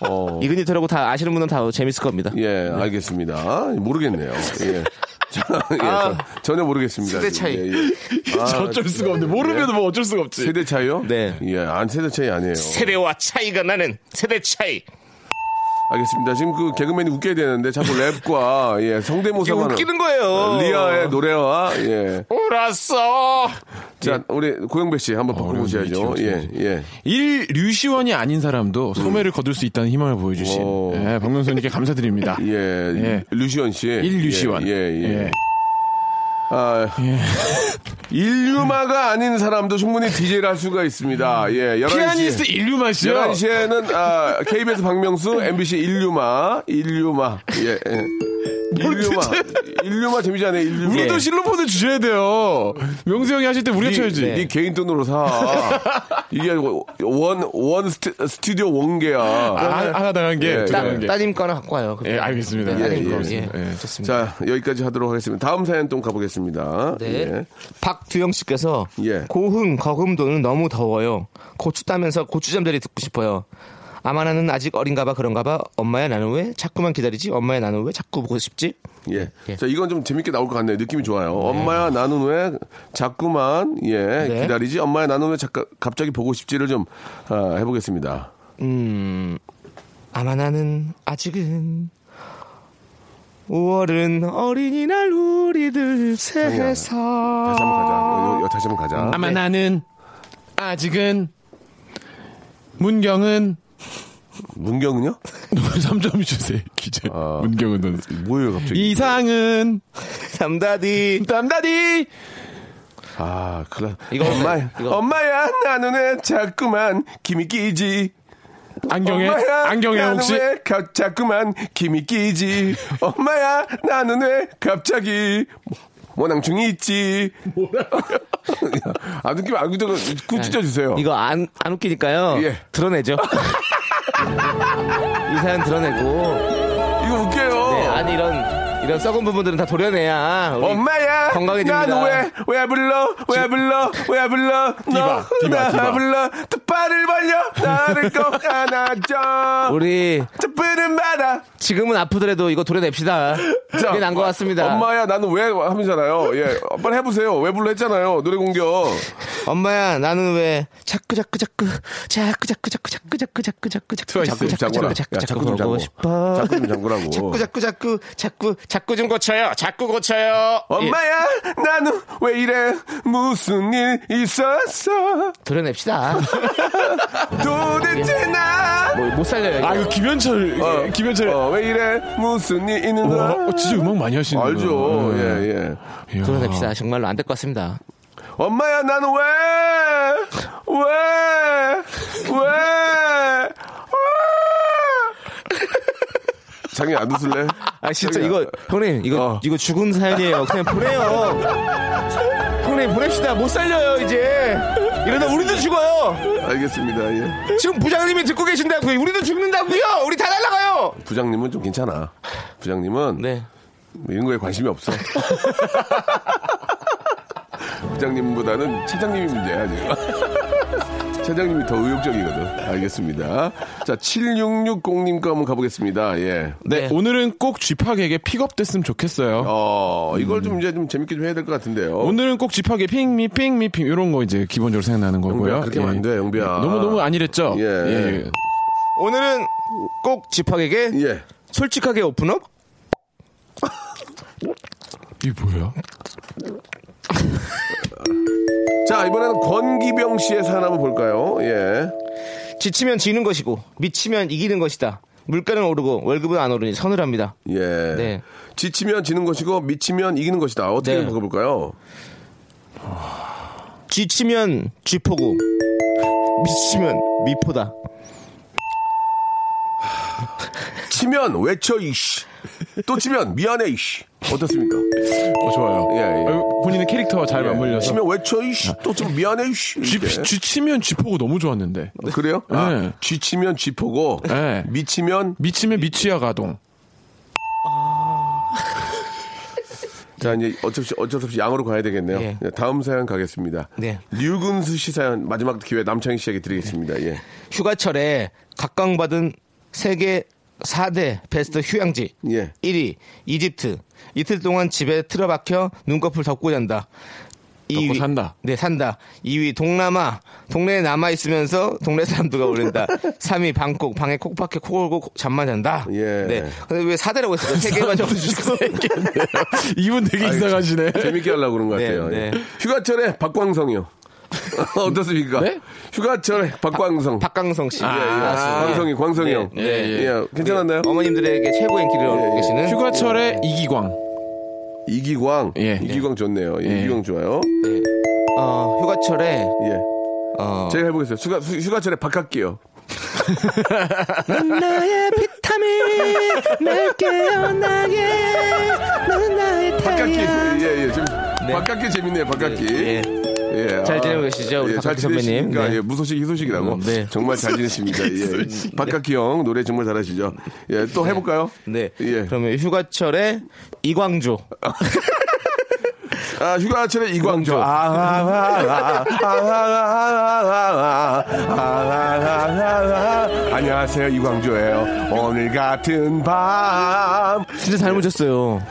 [SPEAKER 1] 어,
[SPEAKER 3] 이그니토라고 다 아시는 분은 다 재밌을 겁니다.
[SPEAKER 1] 예,
[SPEAKER 4] 네.
[SPEAKER 1] 알겠습니다. 모르겠네요. 예. 자, 예, 저- 전혀 모르겠습니다.
[SPEAKER 3] 아. 세대
[SPEAKER 1] 지금.
[SPEAKER 3] 차이.
[SPEAKER 1] 예, 예.
[SPEAKER 4] 저 어쩔 수가 없네. 모르면 뭐 어쩔 수가 없지.
[SPEAKER 1] 세대 차이요?
[SPEAKER 3] 네.
[SPEAKER 1] 예, 안 세대 차이 아니에요.
[SPEAKER 5] 세대와 차이가 나는 세대 차이
[SPEAKER 1] 알겠습니다. 지금 그 개그맨이 웃겨야 되는데 자꾸 랩과 예,
[SPEAKER 3] 이게
[SPEAKER 1] 성대모사만
[SPEAKER 3] 웃기는 거예요.
[SPEAKER 4] 어.
[SPEAKER 1] 리아의 노래와 예.
[SPEAKER 5] 울었어
[SPEAKER 1] 자 우리 고영배 씨 한번 바꿔보셔야죠.
[SPEAKER 4] 예. 어려운
[SPEAKER 1] 예,
[SPEAKER 4] 일이죠,
[SPEAKER 1] 예.
[SPEAKER 4] 일 류시원이 아닌 사람도 소매를 거둘 수 있다는 희망을 보여주신
[SPEAKER 1] 오.
[SPEAKER 4] 예, 박명수 형님께 감사드립니다.
[SPEAKER 1] 예,
[SPEAKER 4] 예.
[SPEAKER 1] 류시원 씨.
[SPEAKER 4] 일 류시원.
[SPEAKER 1] 예, 예. 예.
[SPEAKER 4] 예.
[SPEAKER 1] 아,
[SPEAKER 4] 예.
[SPEAKER 1] 인류마가 아닌 사람도 충분히 DJ를 할 수가 있습니다. 예, 11시.
[SPEAKER 4] 피아니스트 인류만 씨요.
[SPEAKER 1] 11시에는 아, KBS 박명수, MBC 인류마, 인류마. 예. 예. 인류마 인류마 재미지 않아요 인류마
[SPEAKER 4] 우리도 실로폰을 주셔야 돼요. 명수 예. 형이 하실 때 우리가 쳐야지.
[SPEAKER 1] 네 개인 돈으로 사 이게 원원 스튜, 디오 원개야
[SPEAKER 4] 아, 하나 당한 게,
[SPEAKER 1] 예,
[SPEAKER 4] 두
[SPEAKER 1] 따-
[SPEAKER 4] 당한 게.
[SPEAKER 3] 따님 거나 갖고 와요.
[SPEAKER 4] 네. 예, 알겠습니다.
[SPEAKER 3] 네, 따님
[SPEAKER 1] 예,
[SPEAKER 3] 거.
[SPEAKER 1] 예,
[SPEAKER 3] 예,
[SPEAKER 4] 예.
[SPEAKER 3] 좋습니다.
[SPEAKER 1] 자 여기까지 하도록 하겠습니다 다음 사연 또 가보겠습니다
[SPEAKER 3] 네.
[SPEAKER 1] 예.
[SPEAKER 3] 박두영 씨께서
[SPEAKER 1] 예.
[SPEAKER 3] 고흥 거금도는 너무 더워요. 고추 따면서 고추잠자리 듣고 싶어요. 아마 나는 아직 어린가봐 그런가봐 엄마야 나는 왜 자꾸만 기다리지 엄마야 나는 왜 자꾸 보고 싶지
[SPEAKER 1] 예.
[SPEAKER 3] 예.
[SPEAKER 1] 자, 이건 좀 재밌게 나올 것 같네요. 느낌이 좋아요. 엄마야, 나는 왜 자꾸만, 예,
[SPEAKER 3] 네.
[SPEAKER 1] 기다리지? 엄마야, 나는 왜 자꾸, 갑자기 보고 싶지를 좀, 아, 해보겠습니다.
[SPEAKER 3] 음 아마 나는 아직은 5월은 어린이날 우리들 세상
[SPEAKER 1] 다시 한 번 가자.
[SPEAKER 3] 아.
[SPEAKER 1] 요- 요- 다시 한 번 가자.
[SPEAKER 4] 아마 나는 아직은 문경은
[SPEAKER 1] 문경은요?
[SPEAKER 4] 3점 주세요. 기재. 문경은 선수.
[SPEAKER 1] 뭐예요, 갑자기?
[SPEAKER 4] 이상은
[SPEAKER 3] 담다디
[SPEAKER 4] 담다디
[SPEAKER 1] 아, 큰일 났-
[SPEAKER 3] 이거
[SPEAKER 1] 엄마,
[SPEAKER 3] 없네, 이거.
[SPEAKER 1] 엄마야, 나는 왜 자꾸만 김이 끼지?
[SPEAKER 4] 안경에
[SPEAKER 1] 엄마야,
[SPEAKER 4] 안경에
[SPEAKER 1] 나는
[SPEAKER 4] 혹시
[SPEAKER 1] 왜 갑- 자꾸만 김이 끼지? 엄마야, 나는 왜 갑자기 모낭충이 있지? 아, 안 웃기면 안 웃기면 꾹 찢어주세요.
[SPEAKER 3] 네. 이거 안 안 웃기니까요
[SPEAKER 1] 예.
[SPEAKER 3] 드러내죠 이 사연 드러내고
[SPEAKER 1] 이거 웃겨요.
[SPEAKER 3] 네, 아니 이런 이런 썩은 부분들은 다 도려내야 우리
[SPEAKER 1] 어. 엄마야,
[SPEAKER 3] 건강해집니다.
[SPEAKER 1] 난왜왜 불러? 왜 불러? 왜 불러?
[SPEAKER 4] 디바, 디바,
[SPEAKER 1] 나
[SPEAKER 4] 디바.
[SPEAKER 1] 불러. 뜻발을 벌려 나를 꼭 안아줘.
[SPEAKER 3] 우리
[SPEAKER 1] 뜻부른 바다.
[SPEAKER 3] 지금은 아프더라도 이거 도려냅시다. 그게 난것 같습니다.
[SPEAKER 1] 엄마야, 나는 왜 하면잖아요. 예, 빨리 해보세요. 왜 불러 했잖아요. 노래 공격.
[SPEAKER 3] 야 나는 왜 자꾸 자꾸 자꾸 자꾸 자꾸 자꾸 자꾸 자꾸 자꾸 자꾸 자꾸
[SPEAKER 4] 트와이스,
[SPEAKER 3] 자꾸
[SPEAKER 1] 잠구라.
[SPEAKER 3] 자꾸
[SPEAKER 1] 야, 자꾸
[SPEAKER 3] 자꾸 자꾸
[SPEAKER 1] 좀
[SPEAKER 3] 보고
[SPEAKER 1] 잠구.
[SPEAKER 3] 싶어.
[SPEAKER 1] 자꾸 좀 잠구라고.
[SPEAKER 3] 자꾸 자꾸 자꾸 자꾸 자꾸 좀
[SPEAKER 5] 고쳐요. 자꾸 고쳐요.
[SPEAKER 3] 예.
[SPEAKER 1] 엄마야, 나는 왜 이래? 무슨 일 있었어?
[SPEAKER 3] 예, 도려냅시다.
[SPEAKER 1] 도대체 나.
[SPEAKER 3] 뭐 못 살려요. 이거.
[SPEAKER 4] 아 이거 김현철
[SPEAKER 1] 어,
[SPEAKER 4] 김현철
[SPEAKER 1] 어, 왜 이래? 무슨 일 있는 거?
[SPEAKER 4] 와, 어, 음. 진짜 음악 많이 네. 하시는
[SPEAKER 1] 알죠. 예, 예.
[SPEAKER 3] 도려냅시다. 정말로 안 될 것 같습니다.
[SPEAKER 1] 엄마야, 나는 왜? 왜? 왜? 왜? 장이 안 웃을래?
[SPEAKER 3] 아 진짜
[SPEAKER 1] 저기요.
[SPEAKER 3] 이거 형님 이거
[SPEAKER 1] 어.
[SPEAKER 3] 이거 죽은 사연이에요. 그냥 보내요. 형님 보냅시다. 못 살려요 이제. 이러다 우리도 죽어요.
[SPEAKER 1] 알겠습니다. 예.
[SPEAKER 3] 지금 부장님이 듣고 계신다고요. 우리도 죽는다고요. 우리 다 날라가요.
[SPEAKER 1] 부장님은 좀 괜찮아. 부장님은
[SPEAKER 3] 네.
[SPEAKER 1] 뭐 이런 거에 관심이 없어. 부장님보다는 차장님이 문제야, 지금. 차장님이 더 의욕적이거든. 알겠습니다. 자, 7660님 거 한번 가보겠습니다. 예.
[SPEAKER 4] 네, 오늘은 꼭 쥐팍에게 픽업됐으면 좋겠어요.
[SPEAKER 1] 어, 이걸 좀 이제 좀 재밌게 좀 해야 될 것 같은데요.
[SPEAKER 4] 오늘은 꼭 집하게 핑미 핑미 핑 이런 거 이제 기본적으로 생각나는 거고요. 예.
[SPEAKER 1] 영비야, 그렇게 하면 안 돼, 영비야.
[SPEAKER 4] 너무 너무 안일했죠.
[SPEAKER 1] 예.
[SPEAKER 3] 오늘은 꼭 집학에게
[SPEAKER 1] 예.
[SPEAKER 3] 솔직하게 오픈업.
[SPEAKER 4] 이게 뭐예요?
[SPEAKER 1] 자, 이번에는 권기병 씨의 사연 한번 볼까요? 예.
[SPEAKER 3] 지치면 지는 것이고 미치면 이기는 것이다. 물가는 오르고 월급은 안 오르니 서늘합니다.
[SPEAKER 1] 예.
[SPEAKER 3] 네.
[SPEAKER 1] 지치면 지는 것이고 미치면 이기는 것이다. 어떻게
[SPEAKER 3] 네.
[SPEAKER 1] 바꿔볼까요?
[SPEAKER 3] 지치면 쥐포고 미치면 미포다.
[SPEAKER 1] 치면 외쳐 이씨. 또 치면 미안해 이씨. 어떻습니까?
[SPEAKER 4] 어 좋아요. 예.
[SPEAKER 1] 예, 예.
[SPEAKER 4] 아유, 본인의 캐릭터와 잘 맞물려서.
[SPEAKER 1] 치면 외쳐 이씨. 또 치면 미안해 이씨.
[SPEAKER 4] 쥐,
[SPEAKER 1] 이렇게.
[SPEAKER 4] 쥐치면 쥐포고 너무 좋았는데.
[SPEAKER 1] 그래요? 아,
[SPEAKER 4] 네.
[SPEAKER 1] 쥐치면 쥐포고
[SPEAKER 4] 네.
[SPEAKER 1] 미치면
[SPEAKER 4] 미치면 미치야 가동.
[SPEAKER 1] 자 이제 어쩔 수, 어쩔 수 없이 양으로 가야 되겠네요.
[SPEAKER 3] 예.
[SPEAKER 1] 네, 다음 사연 가겠습니다.
[SPEAKER 3] 네.
[SPEAKER 1] 류근수 씨 사연 마지막 기회 남창희 씨에게 드리겠습니다. 예.
[SPEAKER 3] 휴가철에 각광받은 세계 4대 베스트 휴양지
[SPEAKER 1] 예.
[SPEAKER 3] 1위 이집트 이틀 동안 집에 틀어박혀 눈꺼풀 덮고 잔다.
[SPEAKER 4] 덮고 산다.
[SPEAKER 3] 네 산다. 2위 동남아 동네에 남아 있으면서 동네 사람들과 어울린다. 3위 방콕 방에 콕 박혀 코 골고 코- 잠만 잔다.
[SPEAKER 1] 예.
[SPEAKER 3] 네. 근데 왜 4대라고 했어요? 세개만 적어주시고
[SPEAKER 4] 이분 되게 이상하시네.
[SPEAKER 1] 재밌게 하려고 그런 것
[SPEAKER 3] 네,
[SPEAKER 1] 같아요. 예.
[SPEAKER 3] 네.
[SPEAKER 1] 휴가철에 박광성이요. 어떻습니까?
[SPEAKER 4] 네?
[SPEAKER 1] 휴가철에 박광성.
[SPEAKER 3] 박강성 씨.
[SPEAKER 1] 예, 예.
[SPEAKER 3] 맞습니다.
[SPEAKER 1] 광성이 광성이
[SPEAKER 3] 네,
[SPEAKER 1] 형.
[SPEAKER 3] 네,
[SPEAKER 1] 예, 괜찮았나요?
[SPEAKER 3] 어머님들에게 최고의 인기를 얻고 계시는
[SPEAKER 4] 휴가철에 이기광.
[SPEAKER 1] 이기광.
[SPEAKER 4] 예.
[SPEAKER 1] 이기광 좋네요. 예, 이기광 좋아요.
[SPEAKER 3] 어, 휴가철에
[SPEAKER 1] 예.
[SPEAKER 3] 어,
[SPEAKER 1] 제가 해보겠습니다. 휴가, 휴가철에 박학기요.
[SPEAKER 3] 나의 빛 탐이 맑게 연하게 너는 나의
[SPEAKER 1] 바깥기
[SPEAKER 3] 태양
[SPEAKER 1] 예예 지금 바깥기 재밌네요 바깥기
[SPEAKER 3] 예.
[SPEAKER 1] 예,
[SPEAKER 3] 잘
[SPEAKER 1] 아,
[SPEAKER 3] 지내고 계시죠, 우리
[SPEAKER 1] 잘
[SPEAKER 3] 박학기 선배님?
[SPEAKER 1] 지내십니까?
[SPEAKER 3] 네.
[SPEAKER 1] 예, 무소식 희소식이라고.
[SPEAKER 3] 음, 네.
[SPEAKER 1] 정말 잘 지내십니다. 예. 박학기 형 노래 정말 잘하시죠. 예, 또 해볼까요?
[SPEAKER 3] 네.
[SPEAKER 1] 예.
[SPEAKER 3] 그러면 휴가철에 이광조.
[SPEAKER 1] 아, 휴가철에 이광조.
[SPEAKER 3] 이광조.
[SPEAKER 1] 안녕하세요, 이광조예요. 오늘 같은 밤.
[SPEAKER 3] 진짜 잘못셨어요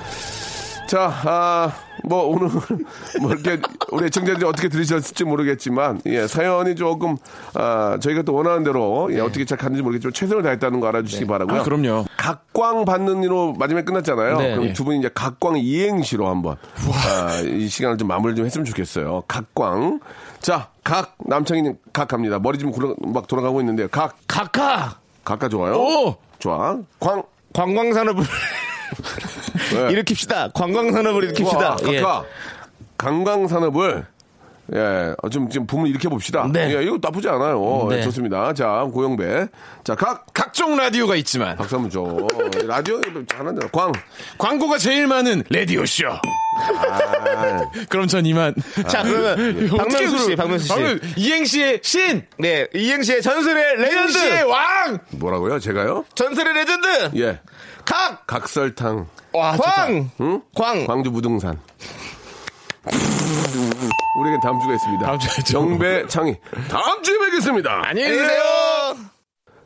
[SPEAKER 1] 자, 아, 뭐 오늘 뭐 이렇게 우리 청자들이 어떻게 들으셨을지 모르겠지만 예, 사연이 조금 아, 저희가 또 원하는 대로 예, 어떻게 잘 갔는지 모르겠지만 최선을 다했다는 거 알아주시기 바라고요.
[SPEAKER 4] 네. 아, 그럼요.
[SPEAKER 1] 각광 받는 일로 마지막에 끝났잖아요.
[SPEAKER 3] 네.
[SPEAKER 1] 그럼
[SPEAKER 3] 네.
[SPEAKER 1] 두 분이 이제 각광 이행시로 한번 아, 이 시간을 좀 마무리 좀 했으면 좋겠어요. 각광. 자, 각 남창이님 각 갑니다. 머리 지금 굴러- 막 돌아가고 있는데 각
[SPEAKER 3] 각하!
[SPEAKER 1] 각가 좋아요.
[SPEAKER 4] 오!
[SPEAKER 1] 좋아. 광.
[SPEAKER 3] 관광산업을 예.
[SPEAKER 1] 네.
[SPEAKER 3] 일으킵시다. 관광산업을
[SPEAKER 1] 와,
[SPEAKER 3] 일으킵시다. 예.
[SPEAKER 1] 각각 관광 산업을 예, 어, 좀 지금 붐을 일으켜 봅시다.
[SPEAKER 3] 네.
[SPEAKER 1] 예, 이거 나쁘지 않아요.
[SPEAKER 3] 네.
[SPEAKER 1] 예, 좋습니다. 자, 고영배. 자, 각
[SPEAKER 4] 각종 라디오가 있지만
[SPEAKER 1] 박수 한번 줘. 예, 라디오 잘한다. 광.
[SPEAKER 4] 광고가 제일 많은 라디오 쇼. 그럼 전 이만.
[SPEAKER 3] 자, 그러면 박명수 씨, 박명수 씨.
[SPEAKER 4] 이행시의 신,
[SPEAKER 3] 네, 이행시의 전설의 레전드!
[SPEAKER 4] 이행시의 왕.
[SPEAKER 1] 뭐라고요? 제가요?
[SPEAKER 3] 전설의 레전드!
[SPEAKER 1] 예.
[SPEAKER 3] 각!
[SPEAKER 1] 각설탕.
[SPEAKER 3] 와, 광! 광!
[SPEAKER 1] 광주 무등산. 우리에겐 다음 주가 있습니다.
[SPEAKER 4] 다음 주에 있죠.
[SPEAKER 1] 영배 창희. 다음 주에 뵙겠습니다.
[SPEAKER 4] 안녕히 계세요.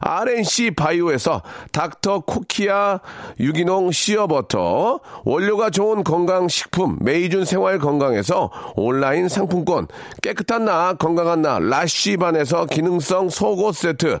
[SPEAKER 1] RNC 바이오에서 닥터 코키아 유기농 시어버터, 원료가 좋은 건강식품 메이준 생활 건강에서 온라인 상품권, 깨끗한 나 건강한 나 라쉬반에서 기능성 속옷 세트,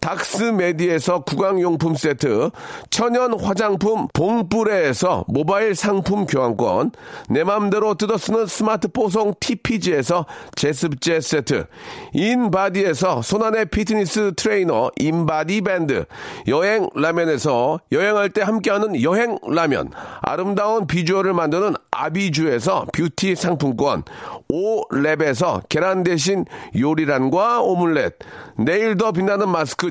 [SPEAKER 1] 닥스메디에서 구강용품 세트, 천연 화장품 봉뿌레에서 모바일 상품 교환권, 내 맘대로 뜯어 쓰는 스마트 뽀송 TPG에서 제습제 세트, 인바디에서 손안의 피트니스 트레이너 인바디 밴드, 여행 라면에서 여행할 때 함께하는 여행 라면, 아름다운 비주얼을 만드는 아비주에서 뷰티 상품권, 오랩에서 계란 대신 요리란과 오믈렛, 내일 더 빛나는 마스크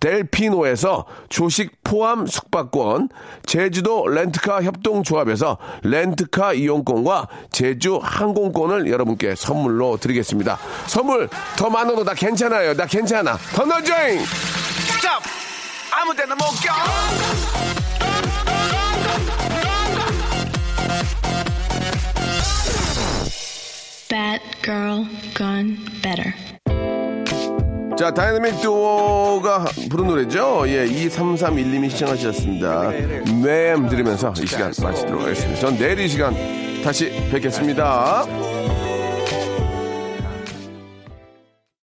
[SPEAKER 1] 델피노에서 조식 포함 숙박권, 제주도 렌트카 협동조합에서 렌트카 이용권과 제주 항공권을 여러분께 선물로 드리겠습니다. 선물 더 많아도 나 괜찮아요. 나 괜찮아. 더 넣어줘잉!
[SPEAKER 6] Fat girl gone better.
[SPEAKER 1] 자, 다이나믹 듀오가 부른 노래죠? 예, 2331님이 시청하셨습니다. 맴 들으면서 이 시간 마치도록 하겠습니다. 전 내일 이 시간 다시 뵙겠습니다.